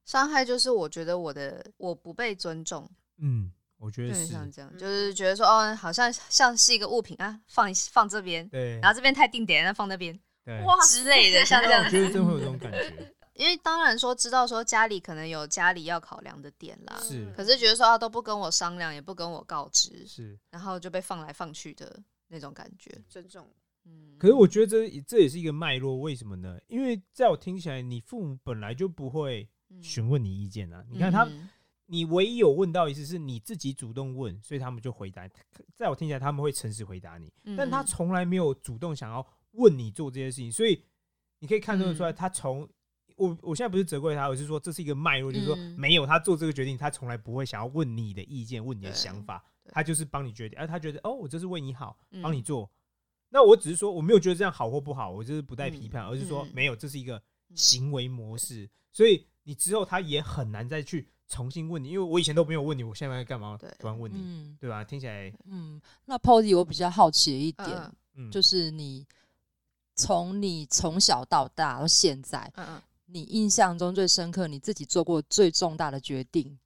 [SPEAKER 1] 伤害就是我觉得我的我不被尊重，
[SPEAKER 3] 嗯，我觉
[SPEAKER 1] 就
[SPEAKER 3] 得
[SPEAKER 1] 很
[SPEAKER 3] 是，
[SPEAKER 1] 像这样，
[SPEAKER 2] 嗯
[SPEAKER 1] 就是觉得说哦，好像像是一个物品啊，放一放这边，
[SPEAKER 3] 对
[SPEAKER 1] 然后这边太定点，那放那边
[SPEAKER 3] 对，
[SPEAKER 1] 之类的，像这
[SPEAKER 3] 但
[SPEAKER 1] 样
[SPEAKER 3] 我
[SPEAKER 1] 子。
[SPEAKER 3] 觉得真会有这种感 觉。
[SPEAKER 1] 因为当然说知道说家里可能有家里要考量的点啦，
[SPEAKER 3] 是
[SPEAKER 1] 可是觉得说啊都不跟我商量，也不跟我告知，
[SPEAKER 3] 是，
[SPEAKER 1] 然后就被放来放去的那种感觉。
[SPEAKER 2] 尊重，
[SPEAKER 1] 嗯，
[SPEAKER 3] 可是我觉得这这也是一个脉络，为什么呢？因为在我听起来，你父母本来就不会
[SPEAKER 1] 得
[SPEAKER 3] 询问你意见啊。你看他，
[SPEAKER 1] 嗯
[SPEAKER 3] 你唯一有问到一次是你自己主动问，所以他们就回答。在我听起来，他们会诚实回答你，
[SPEAKER 1] 嗯
[SPEAKER 3] 但他从来没有主动想要问你做这些事情，所以你可以看得出来，
[SPEAKER 1] 嗯
[SPEAKER 3] 他从我我现在不是责怪他，我是说这是一个脉络，就是说
[SPEAKER 1] 嗯
[SPEAKER 3] 没有他做这个决定，他从来不会想要问你的意见，问你的
[SPEAKER 1] 对
[SPEAKER 3] 想法
[SPEAKER 1] 对，
[SPEAKER 3] 他就是帮你决定，而他觉得哦，我这是为你好，
[SPEAKER 1] 嗯
[SPEAKER 3] 帮你做。那我只是说，我没有觉得这样好或不好，我就是不带批判，而是说
[SPEAKER 1] 嗯
[SPEAKER 3] 没有，这是一个
[SPEAKER 1] 嗯
[SPEAKER 3] 行为模式，所以你之后他也很难再去重新问你，因为我以前都没有问你，我现在在干嘛
[SPEAKER 1] 对？
[SPEAKER 3] 突然问你，
[SPEAKER 4] 嗯
[SPEAKER 3] 对吧？听起来，
[SPEAKER 4] 嗯，那 Posy 我比较好奇的一点、
[SPEAKER 1] 嗯
[SPEAKER 3] 嗯，
[SPEAKER 4] 就是你从你从小到大到现在，
[SPEAKER 1] 嗯嗯，
[SPEAKER 4] 你印象中最深刻你自己做过最重大的决定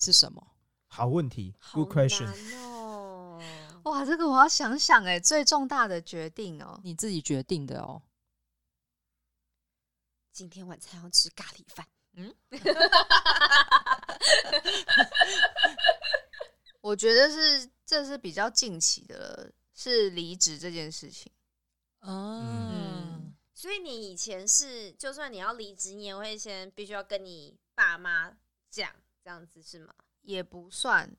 [SPEAKER 4] 是什么？
[SPEAKER 3] 好问题
[SPEAKER 2] 好
[SPEAKER 3] ，Good
[SPEAKER 1] 啊
[SPEAKER 3] question。
[SPEAKER 2] 难哦。
[SPEAKER 1] 哇，这个我要想想哎，最重大的决定哦，
[SPEAKER 4] 你自己决定的哦。
[SPEAKER 2] 今天晚餐要吃咖喱饭，
[SPEAKER 1] 我觉得是这是比较近期的了，是离职这件事情。嗯
[SPEAKER 4] 哦嗯，
[SPEAKER 2] 所以你以前是，就算你要离职，你也会先必须要跟你爸妈讲，这样子是吗？
[SPEAKER 1] 也不算，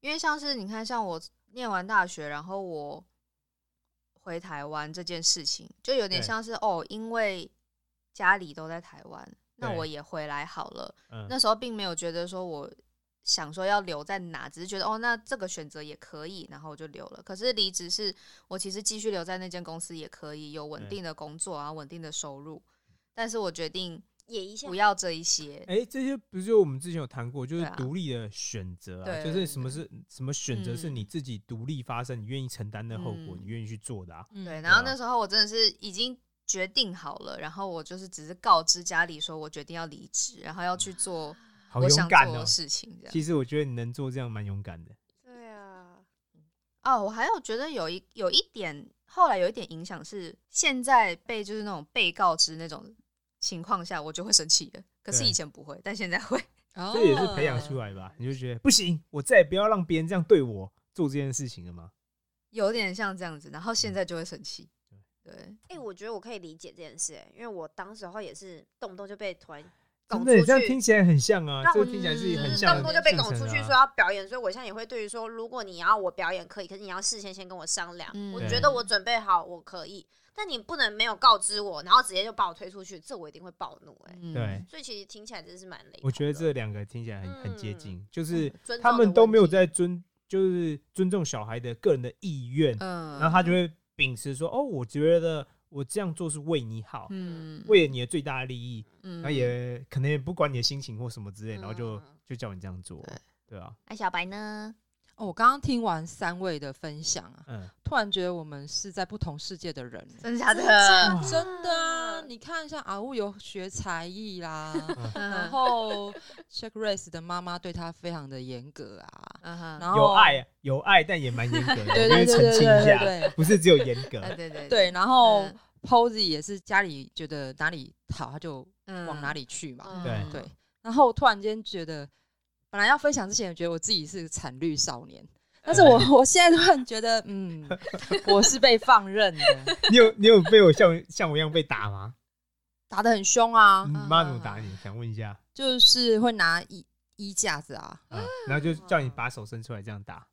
[SPEAKER 1] 因为像是你看，像我念完大学，然后我回台湾这件事情，就有点
[SPEAKER 3] 对
[SPEAKER 1] 像是哦，因为家里都在台湾，那
[SPEAKER 3] 对
[SPEAKER 1] 我也回来好了。
[SPEAKER 3] 嗯
[SPEAKER 1] 那时候并没有觉得说我想说要留在哪，只是觉得哦，那这个选择也可以，然后我就留了。可是离职是我其实继续留在那间公司也可以，有稳
[SPEAKER 3] 对
[SPEAKER 1] 定的工作，然后稳定的收入，但是我决定
[SPEAKER 2] 也一下
[SPEAKER 1] 不，要这一些。
[SPEAKER 3] 哎、这些不是我们之前有谈过，就是
[SPEAKER 1] 对啊
[SPEAKER 3] 独立的选择啊，
[SPEAKER 1] 对
[SPEAKER 3] 就是什么是什么选择是
[SPEAKER 1] 嗯
[SPEAKER 3] 你自己独立发生，你愿意承担的后果，
[SPEAKER 1] 嗯
[SPEAKER 3] 你愿意去做的啊。
[SPEAKER 4] 嗯
[SPEAKER 1] 对，
[SPEAKER 3] 对
[SPEAKER 1] 然后
[SPEAKER 3] 啊
[SPEAKER 1] 那时候我真的是已经决定好了，然后我就是只是告知家里说我决定要离职，然后要去做
[SPEAKER 3] 好
[SPEAKER 1] 我
[SPEAKER 3] 勇
[SPEAKER 1] 想做
[SPEAKER 3] 敢哦、
[SPEAKER 1] 的事情，这样。
[SPEAKER 3] 其实我觉得你能做这样蛮勇敢的。
[SPEAKER 2] 对啊，
[SPEAKER 1] 哦，我还有觉得有一有一点，后来有一点影响是，现在被就是那种被告知那种情况下，我就会生气的。可是
[SPEAKER 3] 对
[SPEAKER 1] 以前不会，但现在会。
[SPEAKER 4] 哦
[SPEAKER 3] 这也是培养出来吧？你就觉得不行，我再也不要让别人这样对我做这件事情了吗？
[SPEAKER 1] 有点像这样子，然后
[SPEAKER 3] 嗯
[SPEAKER 1] 现在就会生气。对，
[SPEAKER 2] 哎、我觉得我可以理解这件事、欸，因为我当时候也是动不动就被突然拱
[SPEAKER 3] 真
[SPEAKER 2] 出
[SPEAKER 3] 的，你这样
[SPEAKER 2] 去
[SPEAKER 3] 听起来很像啊，
[SPEAKER 2] 让
[SPEAKER 3] 这
[SPEAKER 2] 我
[SPEAKER 3] 听起来是很
[SPEAKER 1] 嗯
[SPEAKER 3] 像
[SPEAKER 2] 当
[SPEAKER 3] 的
[SPEAKER 2] 初就被
[SPEAKER 3] 象
[SPEAKER 2] 拱
[SPEAKER 3] 征
[SPEAKER 2] 出去
[SPEAKER 3] 啊
[SPEAKER 2] 说要表演，所以我现在也会对于说，如果你要我表演可以，可是你要事先先跟我商量，
[SPEAKER 1] 嗯
[SPEAKER 2] 我
[SPEAKER 3] 对
[SPEAKER 2] 觉得我准备好我可以，但你不能没有告知我，然后直接就把我推出去，这我一定会暴怒哎、
[SPEAKER 1] 嗯
[SPEAKER 3] 对，
[SPEAKER 2] 所以其实听起来真是蛮雷同的。
[SPEAKER 3] 我觉得这两个听起来很很接
[SPEAKER 2] 嗯
[SPEAKER 3] 近，就是
[SPEAKER 2] 尊
[SPEAKER 3] 他
[SPEAKER 2] 重
[SPEAKER 3] 们
[SPEAKER 2] 的
[SPEAKER 3] 都
[SPEAKER 2] 问
[SPEAKER 3] 没有
[SPEAKER 2] 题
[SPEAKER 3] 在尊，就是尊重小孩的个人的意愿，
[SPEAKER 1] 嗯，
[SPEAKER 3] 然后他就会秉持说，哦，我觉得我这样做是为你好，
[SPEAKER 1] 嗯，
[SPEAKER 3] 为了你的最大的利益，
[SPEAKER 1] 嗯
[SPEAKER 3] 然后也可能也不管你的心情或什么之类，然后就
[SPEAKER 2] 嗯嗯嗯
[SPEAKER 3] 就叫你这样做，对啊，
[SPEAKER 1] 那小白呢？
[SPEAKER 4] 哦，我刚刚听完三位的分享啊，
[SPEAKER 3] 嗯，
[SPEAKER 4] 突然觉得我们是在不同世界的人欸、
[SPEAKER 1] 真的假
[SPEAKER 2] 真的
[SPEAKER 1] 的？
[SPEAKER 2] 哇
[SPEAKER 4] 真的啊！
[SPEAKER 2] 啊
[SPEAKER 4] 你看，像阿雾有学才艺 啦，然
[SPEAKER 1] 然，
[SPEAKER 4] 后 Check Race 的妈妈对他非常的严格啊，
[SPEAKER 1] 嗯哼，
[SPEAKER 4] 然后
[SPEAKER 3] 有，爱啊有爱，但也蛮严格的，
[SPEAKER 4] 对
[SPEAKER 3] 我
[SPEAKER 4] 对
[SPEAKER 3] 们
[SPEAKER 4] 对
[SPEAKER 3] 澄
[SPEAKER 4] 对
[SPEAKER 3] 清
[SPEAKER 4] 对
[SPEAKER 3] 一
[SPEAKER 4] 对
[SPEAKER 3] 下，
[SPEAKER 4] 对
[SPEAKER 3] 不是只有严格，
[SPEAKER 1] 啊对对
[SPEAKER 4] 对，，然后
[SPEAKER 1] 嗯
[SPEAKER 4] Posy 也是家里觉得哪里好，他就
[SPEAKER 1] 嗯
[SPEAKER 4] 往哪里去嘛，
[SPEAKER 2] 嗯
[SPEAKER 3] 对
[SPEAKER 4] 对，然后突然间觉得，本来要分享之前，觉得我自己是惨绿少年，但是我我现在突然觉得， 嗯，我是被放任的，
[SPEAKER 3] 你有你有被我像像我一样被打吗？
[SPEAKER 4] 打得很凶啊，
[SPEAKER 3] 你妈怎么打你？想问一下，
[SPEAKER 4] 就是会拿衣衣架子啊，
[SPEAKER 3] 嗯，然后就叫你
[SPEAKER 4] 嗯
[SPEAKER 3] 把手伸出来这样打，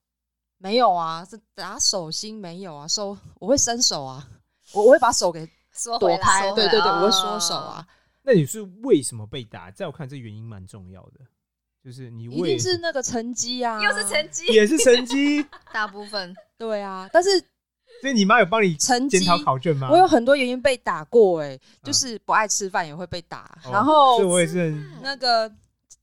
[SPEAKER 4] 没有啊，是打手心没有啊，手我会伸手啊，我我会把手给
[SPEAKER 2] 缩回
[SPEAKER 4] 躲
[SPEAKER 2] 来
[SPEAKER 4] 开，
[SPEAKER 2] 缩
[SPEAKER 4] 对
[SPEAKER 2] 回
[SPEAKER 4] 对对，
[SPEAKER 2] 来
[SPEAKER 4] 我会缩手啊，
[SPEAKER 3] 那你是为什么被打？在我看，这原因蛮重要的，就是你
[SPEAKER 4] 一
[SPEAKER 3] 为
[SPEAKER 4] 定是那个成绩啊，
[SPEAKER 2] 哦又是成绩，
[SPEAKER 3] 也是成绩，
[SPEAKER 1] 哦大部分
[SPEAKER 4] 对啊，但是
[SPEAKER 3] 所以你妈有帮你
[SPEAKER 4] 成绩
[SPEAKER 3] 检讨考卷吗？
[SPEAKER 4] 我有很多原因被打过、欸，就
[SPEAKER 3] 嗯
[SPEAKER 4] 是不爱吃饭也会被打，
[SPEAKER 3] 哦
[SPEAKER 4] 然后
[SPEAKER 3] 所以我也是
[SPEAKER 2] 嗯
[SPEAKER 3] 很
[SPEAKER 4] 那个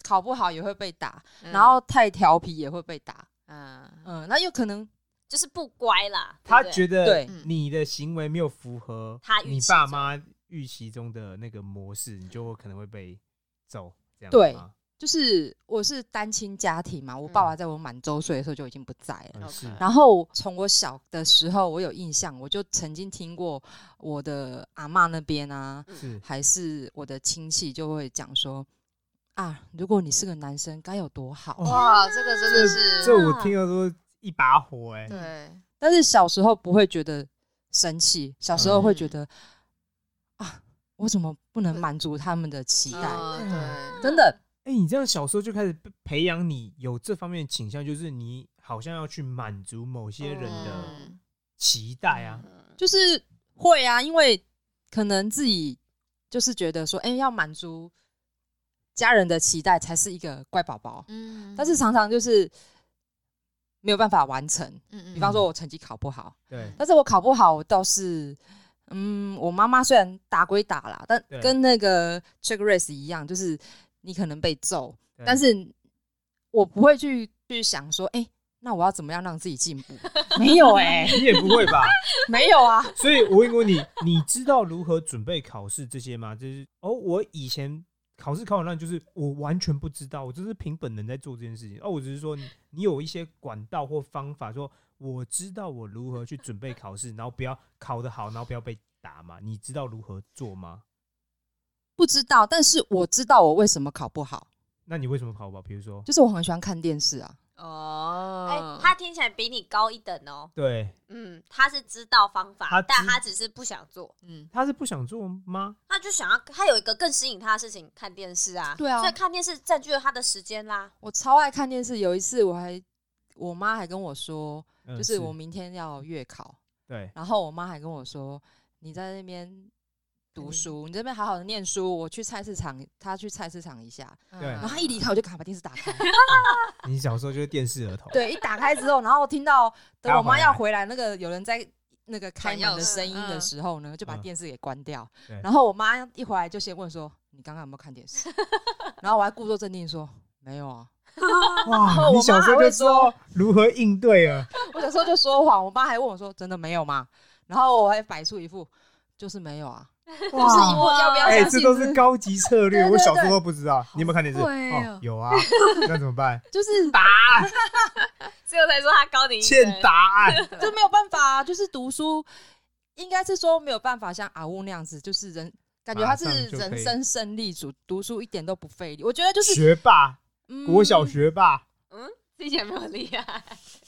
[SPEAKER 4] 考不好也会被打，
[SPEAKER 1] 嗯
[SPEAKER 4] 然后太调皮也会被打。
[SPEAKER 1] 嗯
[SPEAKER 4] 嗯，那有可能
[SPEAKER 2] 就是不乖啦。对
[SPEAKER 3] 她
[SPEAKER 2] 不对
[SPEAKER 3] 觉得
[SPEAKER 4] 对
[SPEAKER 1] 嗯
[SPEAKER 3] 你的行为没有符合
[SPEAKER 2] 她预
[SPEAKER 3] 你
[SPEAKER 2] 期
[SPEAKER 3] 爸
[SPEAKER 2] 中
[SPEAKER 3] 妈预期中的那个模式，你就可能会被揍，这样
[SPEAKER 4] 对
[SPEAKER 3] 吗
[SPEAKER 4] 就是我是单亲家庭嘛，我爸爸在我满周岁的时候就已经不在了。
[SPEAKER 3] 嗯
[SPEAKER 1] OK
[SPEAKER 3] 是
[SPEAKER 4] 然后从我小的时候，我有印象，我就曾经听过我的阿嬷那边啊，
[SPEAKER 3] 是
[SPEAKER 4] 还是我的亲戚就会讲说啊，如果你是个男生，该有多好。
[SPEAKER 3] 哦
[SPEAKER 1] 哇，这个真的是
[SPEAKER 3] 这我听了都一把火哎，
[SPEAKER 1] 对，
[SPEAKER 4] 但是小时候不会觉得生气，小时候会
[SPEAKER 1] 嗯
[SPEAKER 4] 觉得、啊，我怎么不能满足他们的期待？
[SPEAKER 1] 嗯
[SPEAKER 4] 真的，
[SPEAKER 3] 哎，你这样小时候就开始被培养你有这方面的倾向，就是你好像要去满足某些人
[SPEAKER 1] 对，
[SPEAKER 3] 的
[SPEAKER 2] 嗯
[SPEAKER 1] 嗯
[SPEAKER 3] 期待啊，
[SPEAKER 2] 嗯
[SPEAKER 4] 就是会啊，因为可能自己就是觉得说，哎、要满足家人的期待才是一个乖宝宝，
[SPEAKER 1] 嗯
[SPEAKER 4] 但是常常就是没有办法完成。
[SPEAKER 1] 嗯
[SPEAKER 4] 比方说，我成绩考不好，
[SPEAKER 3] 对，
[SPEAKER 4] 但是我考不好，我倒是，嗯，我妈妈虽然打归打啦，但
[SPEAKER 3] 对
[SPEAKER 4] 跟那个 check race 一样，就是你可能被揍，
[SPEAKER 3] 对
[SPEAKER 4] 但是我不会去去想说，哎、那我要怎么样让自己进步？ 没有哎、
[SPEAKER 3] 你也不会吧？
[SPEAKER 4] 没有啊，
[SPEAKER 3] 所以我问过你，你知道如何准备考试这些吗？就是哦，我以前考试考很烂，就是我完全不知道，我就是凭本能在做这件事情。哦，我只是说你你有一些管道或方法，说我知道我如何去准备考试，然后不要考得好，然后不要被打嘛。你知道如何做吗？
[SPEAKER 4] 不知道，但是我知道我为什么考不好，
[SPEAKER 3] 那你为什么考不好？比如说，
[SPEAKER 4] 就是我很喜欢看电视啊，
[SPEAKER 2] 哎、
[SPEAKER 1] 哦，
[SPEAKER 2] 他听起来比你高一等哦。
[SPEAKER 3] 对，
[SPEAKER 2] 嗯，他是知道方
[SPEAKER 3] 他
[SPEAKER 2] 法
[SPEAKER 3] 知，
[SPEAKER 2] 但他只是不想做。
[SPEAKER 1] 嗯
[SPEAKER 3] 他是不想做吗？
[SPEAKER 2] 他就想要，他有一个更吸引他的事情，看电视啊。
[SPEAKER 4] 对啊
[SPEAKER 2] 所以看电视占据了他的时间啦。
[SPEAKER 4] 我超爱看电视。有一次我还我妈还跟我说，
[SPEAKER 3] 嗯
[SPEAKER 4] 就是我明天要月考，
[SPEAKER 3] 对
[SPEAKER 4] 然后我妈还跟我说：“你在那边
[SPEAKER 3] 嗯
[SPEAKER 4] 读书，你这边好好的念书，我去菜市场，她去菜市场一下。”
[SPEAKER 1] 嗯
[SPEAKER 3] 对
[SPEAKER 4] 然后她一离开，我就赶快把电视打 开。
[SPEAKER 3] 你小时候就是电视儿童，
[SPEAKER 4] 对，一打开之后，然后听到等
[SPEAKER 3] 她
[SPEAKER 4] 我妈
[SPEAKER 3] 要
[SPEAKER 4] 要
[SPEAKER 3] 回
[SPEAKER 4] 回来，那个有人在那个开
[SPEAKER 1] 转
[SPEAKER 4] 门
[SPEAKER 1] 钥
[SPEAKER 4] 的
[SPEAKER 1] 匙
[SPEAKER 4] 声音的
[SPEAKER 1] 嗯
[SPEAKER 4] 时候呢，就把
[SPEAKER 3] 嗯
[SPEAKER 4] 电视给关掉
[SPEAKER 3] 对。
[SPEAKER 4] 然后我妈一回来就先问说：“你刚刚有没有看电视？”然后我还故作镇定说：“没有啊。
[SPEAKER 3] 哇，
[SPEAKER 4] 后
[SPEAKER 3] 你
[SPEAKER 4] 我
[SPEAKER 3] 小
[SPEAKER 4] 妈
[SPEAKER 3] 时
[SPEAKER 4] 还
[SPEAKER 3] 候就
[SPEAKER 4] 会
[SPEAKER 3] 知道
[SPEAKER 4] 说
[SPEAKER 3] 如何应对啊。”
[SPEAKER 4] 我有时候就说谎，我妈还问我说：“真的没有吗？”然后我还摆出一副就是没有啊，
[SPEAKER 3] 哇，
[SPEAKER 4] 就是一副要不要
[SPEAKER 3] 哎、
[SPEAKER 4] 相
[SPEAKER 3] 这
[SPEAKER 4] 信
[SPEAKER 3] 都
[SPEAKER 4] 之
[SPEAKER 3] 是高级策略，
[SPEAKER 4] 对对
[SPEAKER 3] 我小时候
[SPEAKER 4] 对
[SPEAKER 3] 都不知道。你有没有看电视？
[SPEAKER 1] 会
[SPEAKER 3] 哦
[SPEAKER 1] 哦，
[SPEAKER 3] 有 啊，那怎么办？
[SPEAKER 4] 就是
[SPEAKER 2] 所以我才说他高你一
[SPEAKER 3] 欠
[SPEAKER 2] 等。
[SPEAKER 3] 答案。
[SPEAKER 4] 就没有办法、啊，就是读书，应该是说没有办法像阿乌那样子，就是人感觉他
[SPEAKER 3] 马上就
[SPEAKER 4] 是
[SPEAKER 3] 可以
[SPEAKER 4] 人生胜利组，读书一点都不费力。我觉得 就是
[SPEAKER 3] 学霸，国小，
[SPEAKER 4] 嗯
[SPEAKER 3] 学霸，
[SPEAKER 2] 之前没有厉害。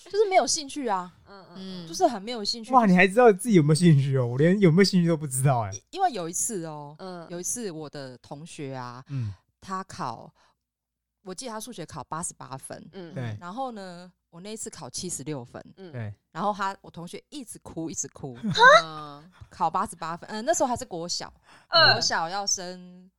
[SPEAKER 4] 就是没有兴趣啊，
[SPEAKER 2] 嗯嗯嗯。
[SPEAKER 1] 嗯，
[SPEAKER 4] 就是很没有兴趣。
[SPEAKER 3] 哇，
[SPEAKER 4] 就是
[SPEAKER 3] 你还知道自己有没有兴趣哦？我连有没有兴趣都不知道哎、
[SPEAKER 4] 因为有一次哦、
[SPEAKER 2] 嗯
[SPEAKER 4] 有一次我的同学啊，
[SPEAKER 3] 嗯，
[SPEAKER 4] 他考，我记得他数学考八十八分，
[SPEAKER 2] 嗯，
[SPEAKER 3] 对
[SPEAKER 4] 然后呢，我那一次考七十六分，
[SPEAKER 2] 嗯，
[SPEAKER 3] 对，
[SPEAKER 4] 然后他我同学一直哭一直 哭，
[SPEAKER 1] 嗯
[SPEAKER 4] 考八十八分，嗯、那时候还是国小，
[SPEAKER 2] 二
[SPEAKER 4] 国小要升，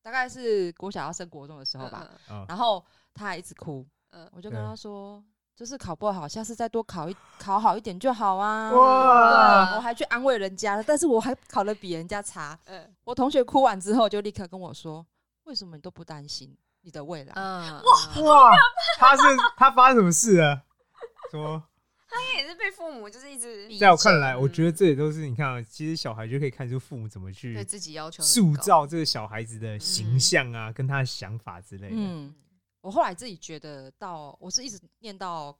[SPEAKER 4] 大概是国小要升国中的时候
[SPEAKER 1] 嗯
[SPEAKER 4] 吧，，
[SPEAKER 3] 哦，
[SPEAKER 4] 然后他还一直哭，
[SPEAKER 2] 嗯嗯
[SPEAKER 4] 我就跟他
[SPEAKER 3] 对
[SPEAKER 4] 说。就是考不好，下次再多考一考好一点就好啊！
[SPEAKER 3] 哇
[SPEAKER 4] 对我还去安慰人家，但是我还考的比人家差。
[SPEAKER 2] 嗯，
[SPEAKER 4] 我同学哭完之后就立刻跟我说：“为什么你都不担心你的未来？”
[SPEAKER 1] 嗯，
[SPEAKER 3] 哇，他是他发生什么事了？说，
[SPEAKER 2] 他也是被父母就是一直
[SPEAKER 1] 逼
[SPEAKER 3] 在我看来，我觉得这也都是你看啊，其实小孩就可以看出父母怎么
[SPEAKER 1] 对
[SPEAKER 3] 去
[SPEAKER 1] 自己要求很
[SPEAKER 3] 塑
[SPEAKER 1] 高，
[SPEAKER 3] 造这个小孩子的形象啊，跟他的想法之类的。
[SPEAKER 4] 嗯，我后来自己觉得到，我是一直念到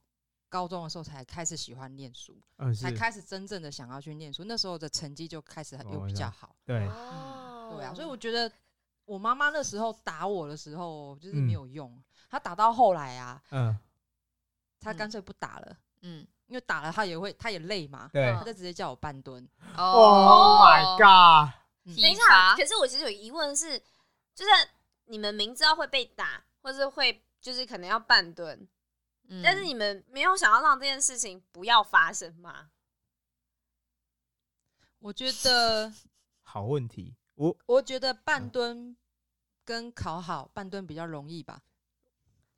[SPEAKER 4] 高中的时候才开始喜欢念书，
[SPEAKER 3] 嗯，是
[SPEAKER 4] 才，开始真正的想要去念书。那时候的成绩就开始很
[SPEAKER 3] 哦
[SPEAKER 4] 又
[SPEAKER 3] 我
[SPEAKER 4] 比
[SPEAKER 3] 知
[SPEAKER 4] 较
[SPEAKER 3] 道
[SPEAKER 4] 好，
[SPEAKER 2] 嗯
[SPEAKER 3] 对，
[SPEAKER 1] 哦
[SPEAKER 4] 对啊，所以我觉得我妈妈那时候打我的时候就是
[SPEAKER 3] 嗯
[SPEAKER 4] 没有用，她打到后来啊，
[SPEAKER 3] 嗯，
[SPEAKER 4] 她
[SPEAKER 1] 嗯
[SPEAKER 4] 干脆不打了，
[SPEAKER 1] 嗯，
[SPEAKER 4] 因为打了她也会，她也累嘛，
[SPEAKER 3] 对。
[SPEAKER 4] 她就直接叫我半蹲。
[SPEAKER 3] Oh my god！
[SPEAKER 4] 嗯
[SPEAKER 2] 等一
[SPEAKER 1] 哦体罚
[SPEAKER 2] 下，可是我其实有疑问是，就是你们明知道会被打，或是会就是可能要半蹲，
[SPEAKER 1] 嗯
[SPEAKER 2] 但是你们没有想要让这件事情不要发生吗？
[SPEAKER 4] 我觉 得，
[SPEAKER 3] 好问题，我
[SPEAKER 4] 我觉得半蹲跟考好半蹲比较容易吧。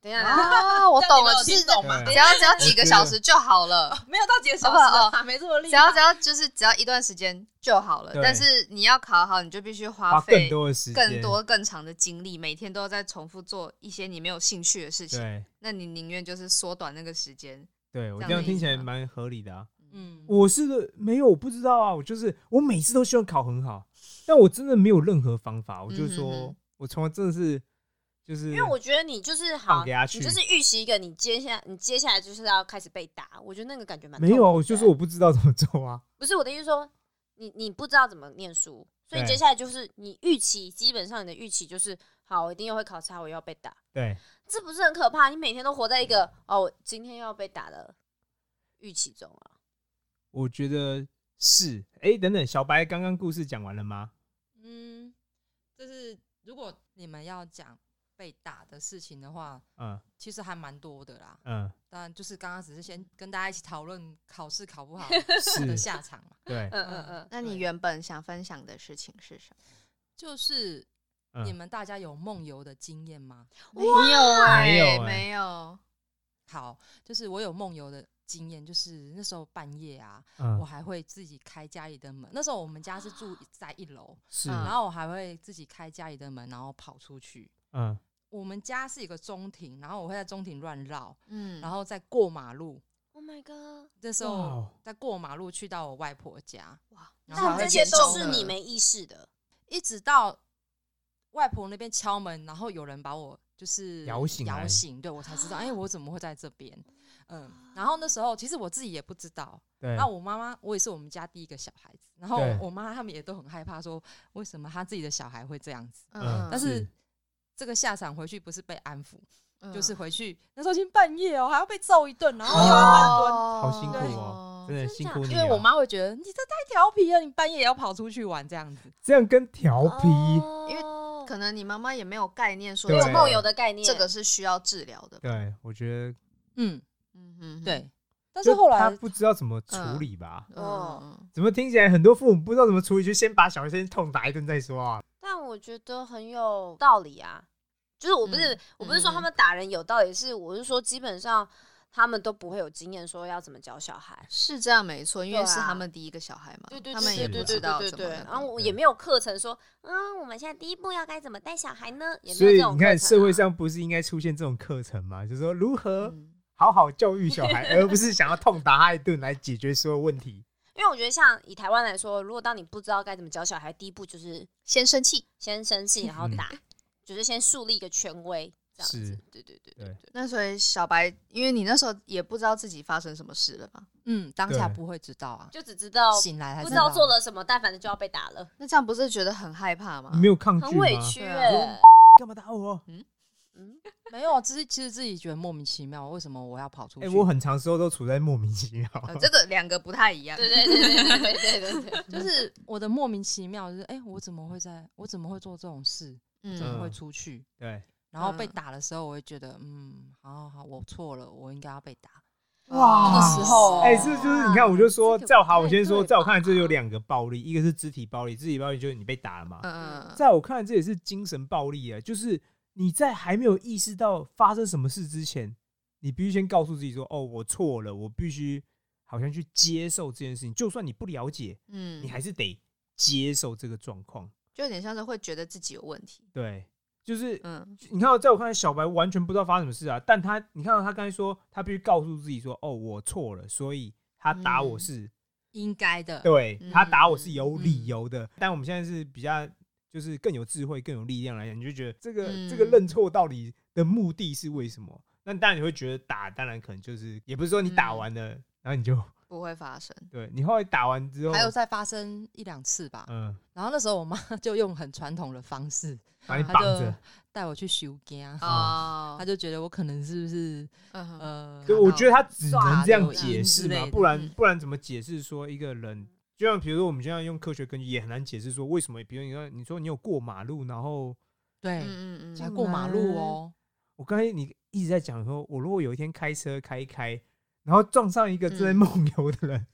[SPEAKER 2] 等一下，
[SPEAKER 1] 啊，我
[SPEAKER 4] 这样
[SPEAKER 1] 懂
[SPEAKER 4] 你们
[SPEAKER 1] 了，
[SPEAKER 4] 有
[SPEAKER 1] 其实
[SPEAKER 4] 听懂
[SPEAKER 3] 哎
[SPEAKER 4] 吗
[SPEAKER 1] 只要只要几个小时就好了。
[SPEAKER 4] 没有到几个
[SPEAKER 1] 小时啊
[SPEAKER 4] 没这么厉
[SPEAKER 1] 只要只要就是只要一段时间就好了，
[SPEAKER 3] 对
[SPEAKER 1] 但是你要考好，你就必须花
[SPEAKER 3] 花
[SPEAKER 1] 费
[SPEAKER 3] 更多的时间，
[SPEAKER 1] 更多更长的精力，每天都在重复做一些你没有兴趣的事情。
[SPEAKER 3] 对
[SPEAKER 1] 那你宁愿就是缩短那个时间，
[SPEAKER 3] 对，我
[SPEAKER 1] 这
[SPEAKER 3] 这
[SPEAKER 1] 样
[SPEAKER 3] 样
[SPEAKER 1] 的
[SPEAKER 3] 听
[SPEAKER 1] 意
[SPEAKER 3] 起
[SPEAKER 1] 思
[SPEAKER 3] 来
[SPEAKER 1] 吗
[SPEAKER 3] 蛮合理的啊。
[SPEAKER 4] 嗯，
[SPEAKER 3] 我是没有，我不知道啊。我就是我每次都希望考很好，但我真的没有任何方法。我就
[SPEAKER 1] 嗯哼
[SPEAKER 3] 说，我从来真的是就是，
[SPEAKER 2] 因为我觉得你就是好，
[SPEAKER 3] 放给他去
[SPEAKER 2] 你就是预习一个你接下你接下来就是要开始被打，我觉得那个感觉蛮
[SPEAKER 3] 没有啊，
[SPEAKER 2] 痛苦
[SPEAKER 3] 我
[SPEAKER 2] 的
[SPEAKER 3] 就是我不知道怎么做啊。
[SPEAKER 2] 不是我的意思说，你你不知道怎么念书，所以你
[SPEAKER 3] 对
[SPEAKER 2] 接下来就是你预期，基本上你的预期就是好，我一定又会考差，我又要被打，
[SPEAKER 3] 对，
[SPEAKER 2] 这不是很可怕？你每天都活在一个哦，我今天又要被打的预期中啊。
[SPEAKER 3] 我觉得是。哎，等等，小白刚刚故事讲完了吗？
[SPEAKER 4] 嗯，就是如果你们要讲被打的事情的话，
[SPEAKER 3] 嗯
[SPEAKER 4] 其实还蛮多的啦。
[SPEAKER 3] 嗯，
[SPEAKER 4] 当然，就是刚刚只是先跟大家一起讨论考试考不好的
[SPEAKER 3] 是，
[SPEAKER 4] 下场嘛。
[SPEAKER 3] 对，
[SPEAKER 2] 嗯嗯
[SPEAKER 1] 那你
[SPEAKER 4] 对
[SPEAKER 1] 原本想分享的事情是什么？
[SPEAKER 4] 就是
[SPEAKER 3] 嗯
[SPEAKER 4] 你们大家有梦游的经验吗？
[SPEAKER 1] 没有
[SPEAKER 3] 哎
[SPEAKER 1] 没
[SPEAKER 3] 没有哎
[SPEAKER 1] 没有。
[SPEAKER 4] 好，就是我有梦游的经验，就是那时候半夜啊，我
[SPEAKER 3] 嗯，啊
[SPEAKER 4] 还会自己开家里的门。那时候我们家是住在一楼，
[SPEAKER 3] 是，
[SPEAKER 1] 嗯
[SPEAKER 4] 然后我还会自己开家里的门，然后跑出去。
[SPEAKER 3] 嗯，
[SPEAKER 4] 我们家是一个中庭，然后我会在中庭乱绕，
[SPEAKER 1] 嗯，
[SPEAKER 4] 然后再过马路。
[SPEAKER 2] ，Oh my god！
[SPEAKER 4] 那时
[SPEAKER 3] 哇
[SPEAKER 4] 候
[SPEAKER 3] 哦，
[SPEAKER 4] 再过马路去到我外婆家，
[SPEAKER 1] 哇，
[SPEAKER 4] 然后
[SPEAKER 2] 但
[SPEAKER 4] 还会
[SPEAKER 2] 这些
[SPEAKER 4] 捡
[SPEAKER 2] 都
[SPEAKER 4] 走
[SPEAKER 2] 是
[SPEAKER 4] 的
[SPEAKER 2] 你没意识的，
[SPEAKER 4] 一直到外婆那边敲门，然后有人把我就是
[SPEAKER 3] 摇醒来
[SPEAKER 4] 摇醒，对我才知道，哎、我怎么会在这边？嗯，
[SPEAKER 1] 啊
[SPEAKER 4] 然后那时候其实我自己也不知道，
[SPEAKER 3] 对
[SPEAKER 4] 那，我妈妈，我也是我们家第一个小孩子，然后
[SPEAKER 3] 对
[SPEAKER 4] 我妈他们也都很害怕，说为什么她自己的小孩会这样子？
[SPEAKER 1] 嗯，
[SPEAKER 4] 但是这个下场回去不是被安抚，
[SPEAKER 1] 嗯
[SPEAKER 4] 就是回去那时候已经半夜哦，还要被揍一顿，然后
[SPEAKER 3] 啊
[SPEAKER 4] 又要半蹲。
[SPEAKER 1] 哦
[SPEAKER 3] 好辛苦哦，真的辛苦你
[SPEAKER 4] 因
[SPEAKER 3] 了。
[SPEAKER 4] 为我妈会觉得你这太调皮了，你半夜也要跑出去玩这样子。
[SPEAKER 3] 这样跟调
[SPEAKER 2] 哦
[SPEAKER 3] 皮，
[SPEAKER 1] 因
[SPEAKER 2] 为
[SPEAKER 1] 为哦可能你妈妈也没有概念说
[SPEAKER 3] 对
[SPEAKER 1] 这
[SPEAKER 2] 哦有
[SPEAKER 1] 个
[SPEAKER 2] 梦游的概念，
[SPEAKER 1] 这个是需要治疗的。
[SPEAKER 3] 对我觉得
[SPEAKER 4] 嗯，
[SPEAKER 1] 嗯嗯，
[SPEAKER 4] 对。但
[SPEAKER 3] 但
[SPEAKER 4] 是后来
[SPEAKER 3] 他，不知道怎么处
[SPEAKER 1] 嗯
[SPEAKER 3] 理吧？
[SPEAKER 1] 嗯嗯
[SPEAKER 3] 怎么听起来很多父母不知道怎么处理，就先把小学生痛打一顿再说啊？
[SPEAKER 2] 但我觉得很有道理啊。就是我不是、
[SPEAKER 1] 嗯
[SPEAKER 2] 我不是说他们打人有道理，是我是说基本上他们都不会有经验，说要怎么教小孩。
[SPEAKER 1] 是这样没错，因为
[SPEAKER 2] 对啊
[SPEAKER 1] 是他们第一个小孩嘛，
[SPEAKER 2] 对对
[SPEAKER 1] 他们也
[SPEAKER 2] 对对
[SPEAKER 1] 不
[SPEAKER 2] 对
[SPEAKER 1] 知道
[SPEAKER 2] 对
[SPEAKER 1] 怎么
[SPEAKER 2] 对，
[SPEAKER 1] 那
[SPEAKER 2] 然后
[SPEAKER 1] 个。
[SPEAKER 2] 我
[SPEAKER 3] 对
[SPEAKER 2] 也没有课程说，嗯，我们现在第一步要该怎么带小孩呢？也没
[SPEAKER 3] 所
[SPEAKER 2] 有
[SPEAKER 3] 以
[SPEAKER 2] 这种
[SPEAKER 3] 你
[SPEAKER 2] 课程啊
[SPEAKER 3] 看，社会上不是应该出现这种课程吗？就是说如何
[SPEAKER 1] 嗯
[SPEAKER 3] 好好教育小 孩，而不是想要痛打他一顿来解决所有问题。
[SPEAKER 2] 因为我觉得像以台湾来说，如果当你不知道该怎么教小孩，第一步就是
[SPEAKER 1] 先生气。
[SPEAKER 2] 先生气，然后打，就是先树立一个权威，这样子
[SPEAKER 3] 嗯是。
[SPEAKER 2] 对对对
[SPEAKER 3] 对
[SPEAKER 1] 那所以小白，因为你那时候也不知道自己发生什么事了嘛，
[SPEAKER 4] 嗯，当下
[SPEAKER 3] 对
[SPEAKER 4] 不会知道啊，
[SPEAKER 2] 就只知道
[SPEAKER 4] 醒来还
[SPEAKER 2] 不
[SPEAKER 4] 是
[SPEAKER 2] 知道做了什么，但反正就要被打了，
[SPEAKER 1] 那这样不是觉得很害怕吗
[SPEAKER 3] 你？没有抗拒
[SPEAKER 2] 很委
[SPEAKER 3] 吗？
[SPEAKER 2] 屈
[SPEAKER 1] 对
[SPEAKER 2] 耶、
[SPEAKER 1] 啊
[SPEAKER 3] 干嘛打我？
[SPEAKER 2] 嗯，
[SPEAKER 4] 没有啊，只是其实自己觉得莫名其妙，为什么我要跑出去？
[SPEAKER 3] 哎，我很长时候都处在莫名其妙。
[SPEAKER 2] 啊
[SPEAKER 1] 呃，这个两个不太一样。
[SPEAKER 2] 对对对对对 对对对对。
[SPEAKER 4] 就是我的莫名其妙，就是哎、我怎么会在，我怎么会做这种事？我怎么会
[SPEAKER 3] 嗯
[SPEAKER 4] 出去？
[SPEAKER 3] 对，
[SPEAKER 4] 然后被
[SPEAKER 1] 嗯
[SPEAKER 4] 打的时候，我会觉得，嗯，好好好，我错了，我应该要被打。
[SPEAKER 1] 哇
[SPEAKER 4] 那个时候
[SPEAKER 3] 哎、是就是你看，我就说，
[SPEAKER 2] 哦这个
[SPEAKER 3] 在我好，
[SPEAKER 2] 不
[SPEAKER 3] 我
[SPEAKER 2] 太
[SPEAKER 3] 先说，
[SPEAKER 2] 对
[SPEAKER 3] 在我看来，这有
[SPEAKER 2] 吧
[SPEAKER 3] 两个暴力，一个是肢体暴力，肢体暴力就是你被打了嘛，
[SPEAKER 1] 嗯
[SPEAKER 3] 在我看来，这也是精神暴力啊，就是你在还没有意识到发生什么事之前，你必须先告诉自己说：“哦，我错了，我必须好像去接受这件事情。”就算你不了解，
[SPEAKER 1] 嗯，
[SPEAKER 3] 你还是得接受这个状况。
[SPEAKER 1] 就有点像是会觉得自己有问题，
[SPEAKER 3] 对，就是
[SPEAKER 1] 嗯
[SPEAKER 3] 你看，到，在我看来，小白完全不知道发生什么事啊，但他你看到他刚才说，他必须告诉自己说：“哦，我错了，所以他打我
[SPEAKER 1] 嗯
[SPEAKER 3] 是
[SPEAKER 4] 应该的，
[SPEAKER 3] 对
[SPEAKER 1] 嗯
[SPEAKER 3] 他打我是有理由的，但我们现在是比较就是更有智慧、更有力量来讲，你就觉得这个、
[SPEAKER 1] 嗯
[SPEAKER 3] 这个认错到底的目的是为什么？那当然你会觉得打，当然可能就是也不是说你打
[SPEAKER 1] 嗯
[SPEAKER 3] 完了，然后你就
[SPEAKER 1] 不会发生。
[SPEAKER 3] 对你后来打完之后，
[SPEAKER 4] 还有再发生一两次吧。
[SPEAKER 3] 哦嗯，
[SPEAKER 4] 然后那时候我妈 就用很传统的方式
[SPEAKER 3] 把你
[SPEAKER 1] 啊
[SPEAKER 4] 她
[SPEAKER 3] 绑
[SPEAKER 4] 就
[SPEAKER 3] 着，
[SPEAKER 4] 带我去修家，
[SPEAKER 1] 哦
[SPEAKER 4] 她，就觉得我可能是不是
[SPEAKER 1] 嗯哼
[SPEAKER 4] 呃，
[SPEAKER 3] 对，
[SPEAKER 1] 就
[SPEAKER 3] 我觉得他只能这样
[SPEAKER 4] 抓
[SPEAKER 3] 解释
[SPEAKER 4] 留
[SPEAKER 3] 嘛，
[SPEAKER 4] 音
[SPEAKER 3] 不然
[SPEAKER 1] 之类的嗯
[SPEAKER 3] 不然怎么解释说一个人？就像比如说我们现在用科学根据也很难解释说为什么，比如你说你说你有过马路，然后
[SPEAKER 4] 对，
[SPEAKER 1] 嗯嗯
[SPEAKER 4] 还
[SPEAKER 1] 嗯，
[SPEAKER 4] 过马路哦，
[SPEAKER 3] 我刚才你一直在讲说，我如果有一天开车开一开，然后撞上一个正在梦游的人，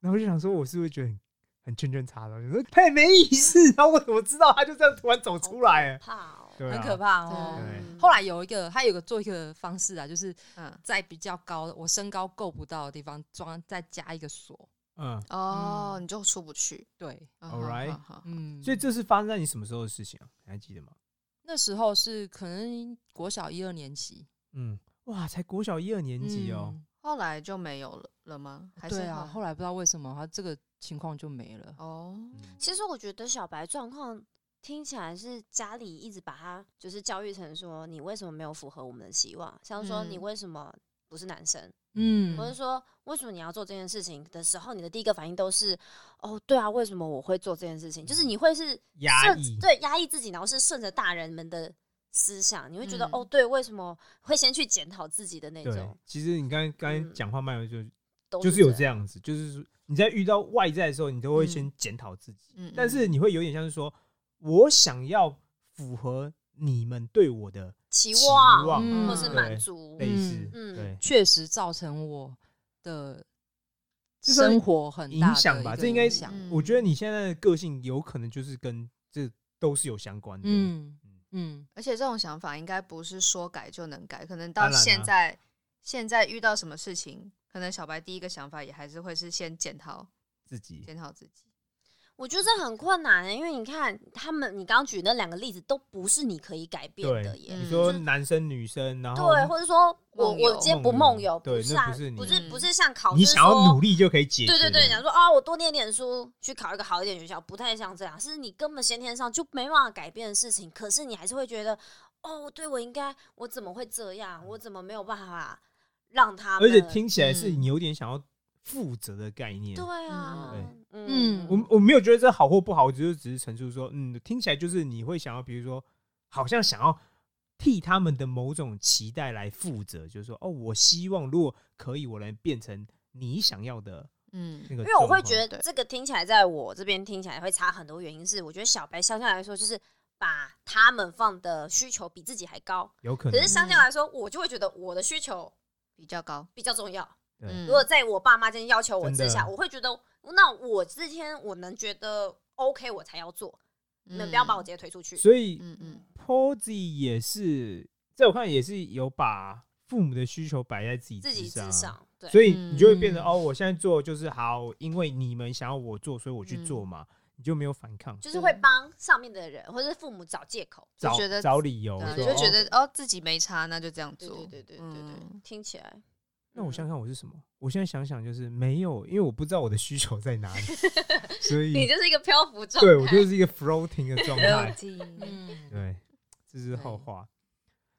[SPEAKER 3] 然后我就想说，我是不是觉得很很圈圈叉叉？你说太没意思，然后我怎么知道他就这样突然走出来？哎
[SPEAKER 2] 怕哦，
[SPEAKER 3] 对、啊，
[SPEAKER 4] 很可。怕
[SPEAKER 1] 对
[SPEAKER 4] 哦。
[SPEAKER 3] 对
[SPEAKER 4] 后来有一个，他有个做一个方式啊，就是
[SPEAKER 1] 嗯
[SPEAKER 4] 在比较高的，我身高够不到的地方装再加一个锁。
[SPEAKER 3] 嗯，
[SPEAKER 1] 哦，
[SPEAKER 4] 嗯
[SPEAKER 1] 你就出不去。
[SPEAKER 4] 对，
[SPEAKER 1] 嗯
[SPEAKER 3] Alright
[SPEAKER 1] 好好好
[SPEAKER 4] 嗯，
[SPEAKER 3] 所以这是发生在你什么时候的事情啊？你还记得吗？
[SPEAKER 4] 那时候是可能国小一二年级，
[SPEAKER 3] 嗯，哇，才国小一二年级哦，
[SPEAKER 4] 嗯
[SPEAKER 1] 后来就没有了了吗？还是
[SPEAKER 4] 对啊，后
[SPEAKER 1] 来
[SPEAKER 4] 来不知道为什么他这个情况就没了。
[SPEAKER 1] 哦，
[SPEAKER 3] 嗯
[SPEAKER 2] 其实我觉得小白状况听起来是家里一直把他就是教育成说你为什么没有符合我们的期望，像说
[SPEAKER 1] 嗯
[SPEAKER 2] 你为什么不是男生，
[SPEAKER 4] 嗯
[SPEAKER 2] 或者说为什么你要做这件事情的时候，你的第一个反应都是哦，对啊，为什么我会做这件事情？就是你会是
[SPEAKER 3] 压
[SPEAKER 2] 顺
[SPEAKER 3] 抑，
[SPEAKER 2] 对压抑自己，然后是顺着大人们的思想，你会觉得、
[SPEAKER 1] 嗯
[SPEAKER 2] 哦，对，为什么会先去检讨自己的那
[SPEAKER 3] 对
[SPEAKER 2] 种，，
[SPEAKER 3] 其实你刚才刚才
[SPEAKER 2] 嗯
[SPEAKER 3] 讲话慢悠就
[SPEAKER 2] 都
[SPEAKER 3] 就是是有
[SPEAKER 2] 这
[SPEAKER 3] 这样子，就是说你在遇到外在的时候，你都会先
[SPEAKER 1] 嗯
[SPEAKER 3] 检讨自己。
[SPEAKER 1] 嗯，
[SPEAKER 3] 但是
[SPEAKER 1] 嗯
[SPEAKER 3] 你会有点像是说，我想要符合你们对我的
[SPEAKER 2] 期
[SPEAKER 3] 期
[SPEAKER 2] 望，
[SPEAKER 3] 望，
[SPEAKER 4] 嗯
[SPEAKER 2] 或是
[SPEAKER 3] 对
[SPEAKER 2] 满足，
[SPEAKER 3] 类似，
[SPEAKER 2] 嗯
[SPEAKER 3] 对，
[SPEAKER 4] 确实造成我的
[SPEAKER 3] 就算
[SPEAKER 4] 生活很
[SPEAKER 2] 嗯
[SPEAKER 4] 大的
[SPEAKER 3] 影响吧
[SPEAKER 4] 一个
[SPEAKER 3] 这应该
[SPEAKER 4] 影响
[SPEAKER 1] 嗯
[SPEAKER 3] 我觉得你现在的个性有可能就是跟这都是有相关的，
[SPEAKER 4] 嗯嗯，
[SPEAKER 1] 而且这种想法应该不是说改就能改，可能
[SPEAKER 3] 当
[SPEAKER 1] 到
[SPEAKER 3] 然
[SPEAKER 1] 现
[SPEAKER 3] 啦
[SPEAKER 1] 在、现在遇到什么事情，可能小白第一个想法也还是会是先检讨
[SPEAKER 3] 自己
[SPEAKER 1] 检讨自己。
[SPEAKER 2] 我觉得这很困难、欸因为你看他们，你刚刚举那两个例子都不是你可以改变
[SPEAKER 3] 对
[SPEAKER 2] 的耶。
[SPEAKER 1] 嗯
[SPEAKER 3] 你说
[SPEAKER 2] 就是
[SPEAKER 3] 男生女生，然后
[SPEAKER 2] 对，或者说我
[SPEAKER 1] 梦游
[SPEAKER 2] 我今天不梦游，
[SPEAKER 3] 对
[SPEAKER 2] 不是啊
[SPEAKER 3] 那不是，你
[SPEAKER 2] 不是
[SPEAKER 1] 嗯
[SPEAKER 2] 不是像考试
[SPEAKER 3] 你想要
[SPEAKER 2] 说
[SPEAKER 3] 努力就可以解决
[SPEAKER 2] 对
[SPEAKER 3] 的，
[SPEAKER 2] 对对，想说啊，我多念点书，去考一个好一点的学校，不太像这样，是你根本先天上就没办法改变的事情。可是你还是会觉得，哦，对我应该，我怎么会这样？我怎么没有办法让他
[SPEAKER 3] 而
[SPEAKER 2] 们？
[SPEAKER 3] 且听起来是
[SPEAKER 1] 嗯
[SPEAKER 3] 你有点想要负责的概念，
[SPEAKER 2] 对啊，
[SPEAKER 3] 嗯
[SPEAKER 4] 嗯
[SPEAKER 3] 我我没有觉得这好或不好，我只是只是陈述说，嗯，听起来就是你会想要，比如说，好像想要替他们的某种期待来负责，就是说，哦，我希望如果可以，我能变成你想要的
[SPEAKER 1] 嗯
[SPEAKER 3] 那个
[SPEAKER 2] 因
[SPEAKER 3] 状况。
[SPEAKER 2] 为我会觉得
[SPEAKER 1] 对
[SPEAKER 2] 这个听起来，在我这边听起来会差很多。原因是，我觉得小白相较来说，就是把他们放的需求比自己还高。
[SPEAKER 3] 有可
[SPEAKER 2] 可
[SPEAKER 3] 能
[SPEAKER 2] 是，相较
[SPEAKER 1] 嗯
[SPEAKER 2] 来说，我就会觉得我的需求
[SPEAKER 1] 比较高，
[SPEAKER 2] 比较重要。
[SPEAKER 3] 对
[SPEAKER 1] 嗯
[SPEAKER 2] 如果在我爸妈今天要求我
[SPEAKER 3] 真的
[SPEAKER 2] 之下，我会觉得，那我之前我能觉得 OK，我才要做。你们不要把我直接推出去。
[SPEAKER 3] 所以
[SPEAKER 1] 嗯嗯
[SPEAKER 3] Posy 也是，在我看来也是有把父母的需求摆在自己
[SPEAKER 2] 自己
[SPEAKER 3] 上
[SPEAKER 2] 至
[SPEAKER 3] 啊。
[SPEAKER 2] 上，对，
[SPEAKER 3] 所以你就会变得
[SPEAKER 4] 嗯
[SPEAKER 3] 哦，我现在做就是好，因为你们想要我做，所以我去做嘛，你就没有反抗，
[SPEAKER 2] 嗯就是会帮上面的人或者是父母找借口。
[SPEAKER 1] 就
[SPEAKER 3] 找
[SPEAKER 1] 觉得
[SPEAKER 3] 找理由
[SPEAKER 1] 对啊，，
[SPEAKER 3] 说
[SPEAKER 1] 就
[SPEAKER 3] 哦
[SPEAKER 1] 觉得哦自己没差，那就这样
[SPEAKER 2] 对
[SPEAKER 1] 做。
[SPEAKER 2] 对对对对对
[SPEAKER 1] 嗯，
[SPEAKER 2] 听起来。
[SPEAKER 3] 那我想
[SPEAKER 2] 嗯
[SPEAKER 3] 想看我是什么？我现在想想就是没有，因为我不知道我的需求 在哪里，所
[SPEAKER 2] 你
[SPEAKER 3] 以
[SPEAKER 2] 就是一个漂浮状态，
[SPEAKER 3] 对我就是一个 floating 的状
[SPEAKER 1] 嗯
[SPEAKER 3] 态。
[SPEAKER 4] 嗯，
[SPEAKER 3] 对，这是后
[SPEAKER 4] 对
[SPEAKER 3] 话。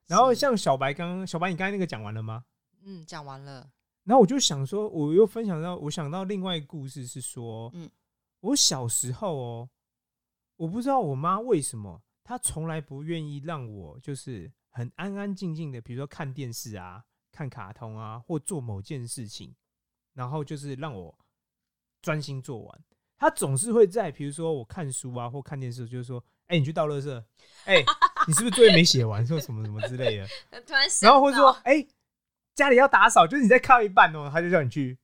[SPEAKER 3] 然后
[SPEAKER 4] 是
[SPEAKER 3] 像小白刚刚，小白你刚才那个讲完了吗？
[SPEAKER 4] 嗯，讲完了，
[SPEAKER 3] 然后我就想说，我又分享到，我想到另外一个故事是说，
[SPEAKER 1] 嗯
[SPEAKER 3] 我小时候哦，我不知道我妈为什么，她从来不愿意让我就是很安安静静的，比如说看电视啊、看卡通啊，或做某件事情，然后就是让我专心做完。她总是会在比如说我看书啊或看电视，就是说，哎、哎、你去倒垃圾，哎、你是不是作业没写完，说什么什么之类的，
[SPEAKER 2] 突然
[SPEAKER 3] 然后或
[SPEAKER 2] 想
[SPEAKER 3] 者说
[SPEAKER 2] 到，
[SPEAKER 3] 哎、家里要打扫，就是你在看到一半哦，他就叫你去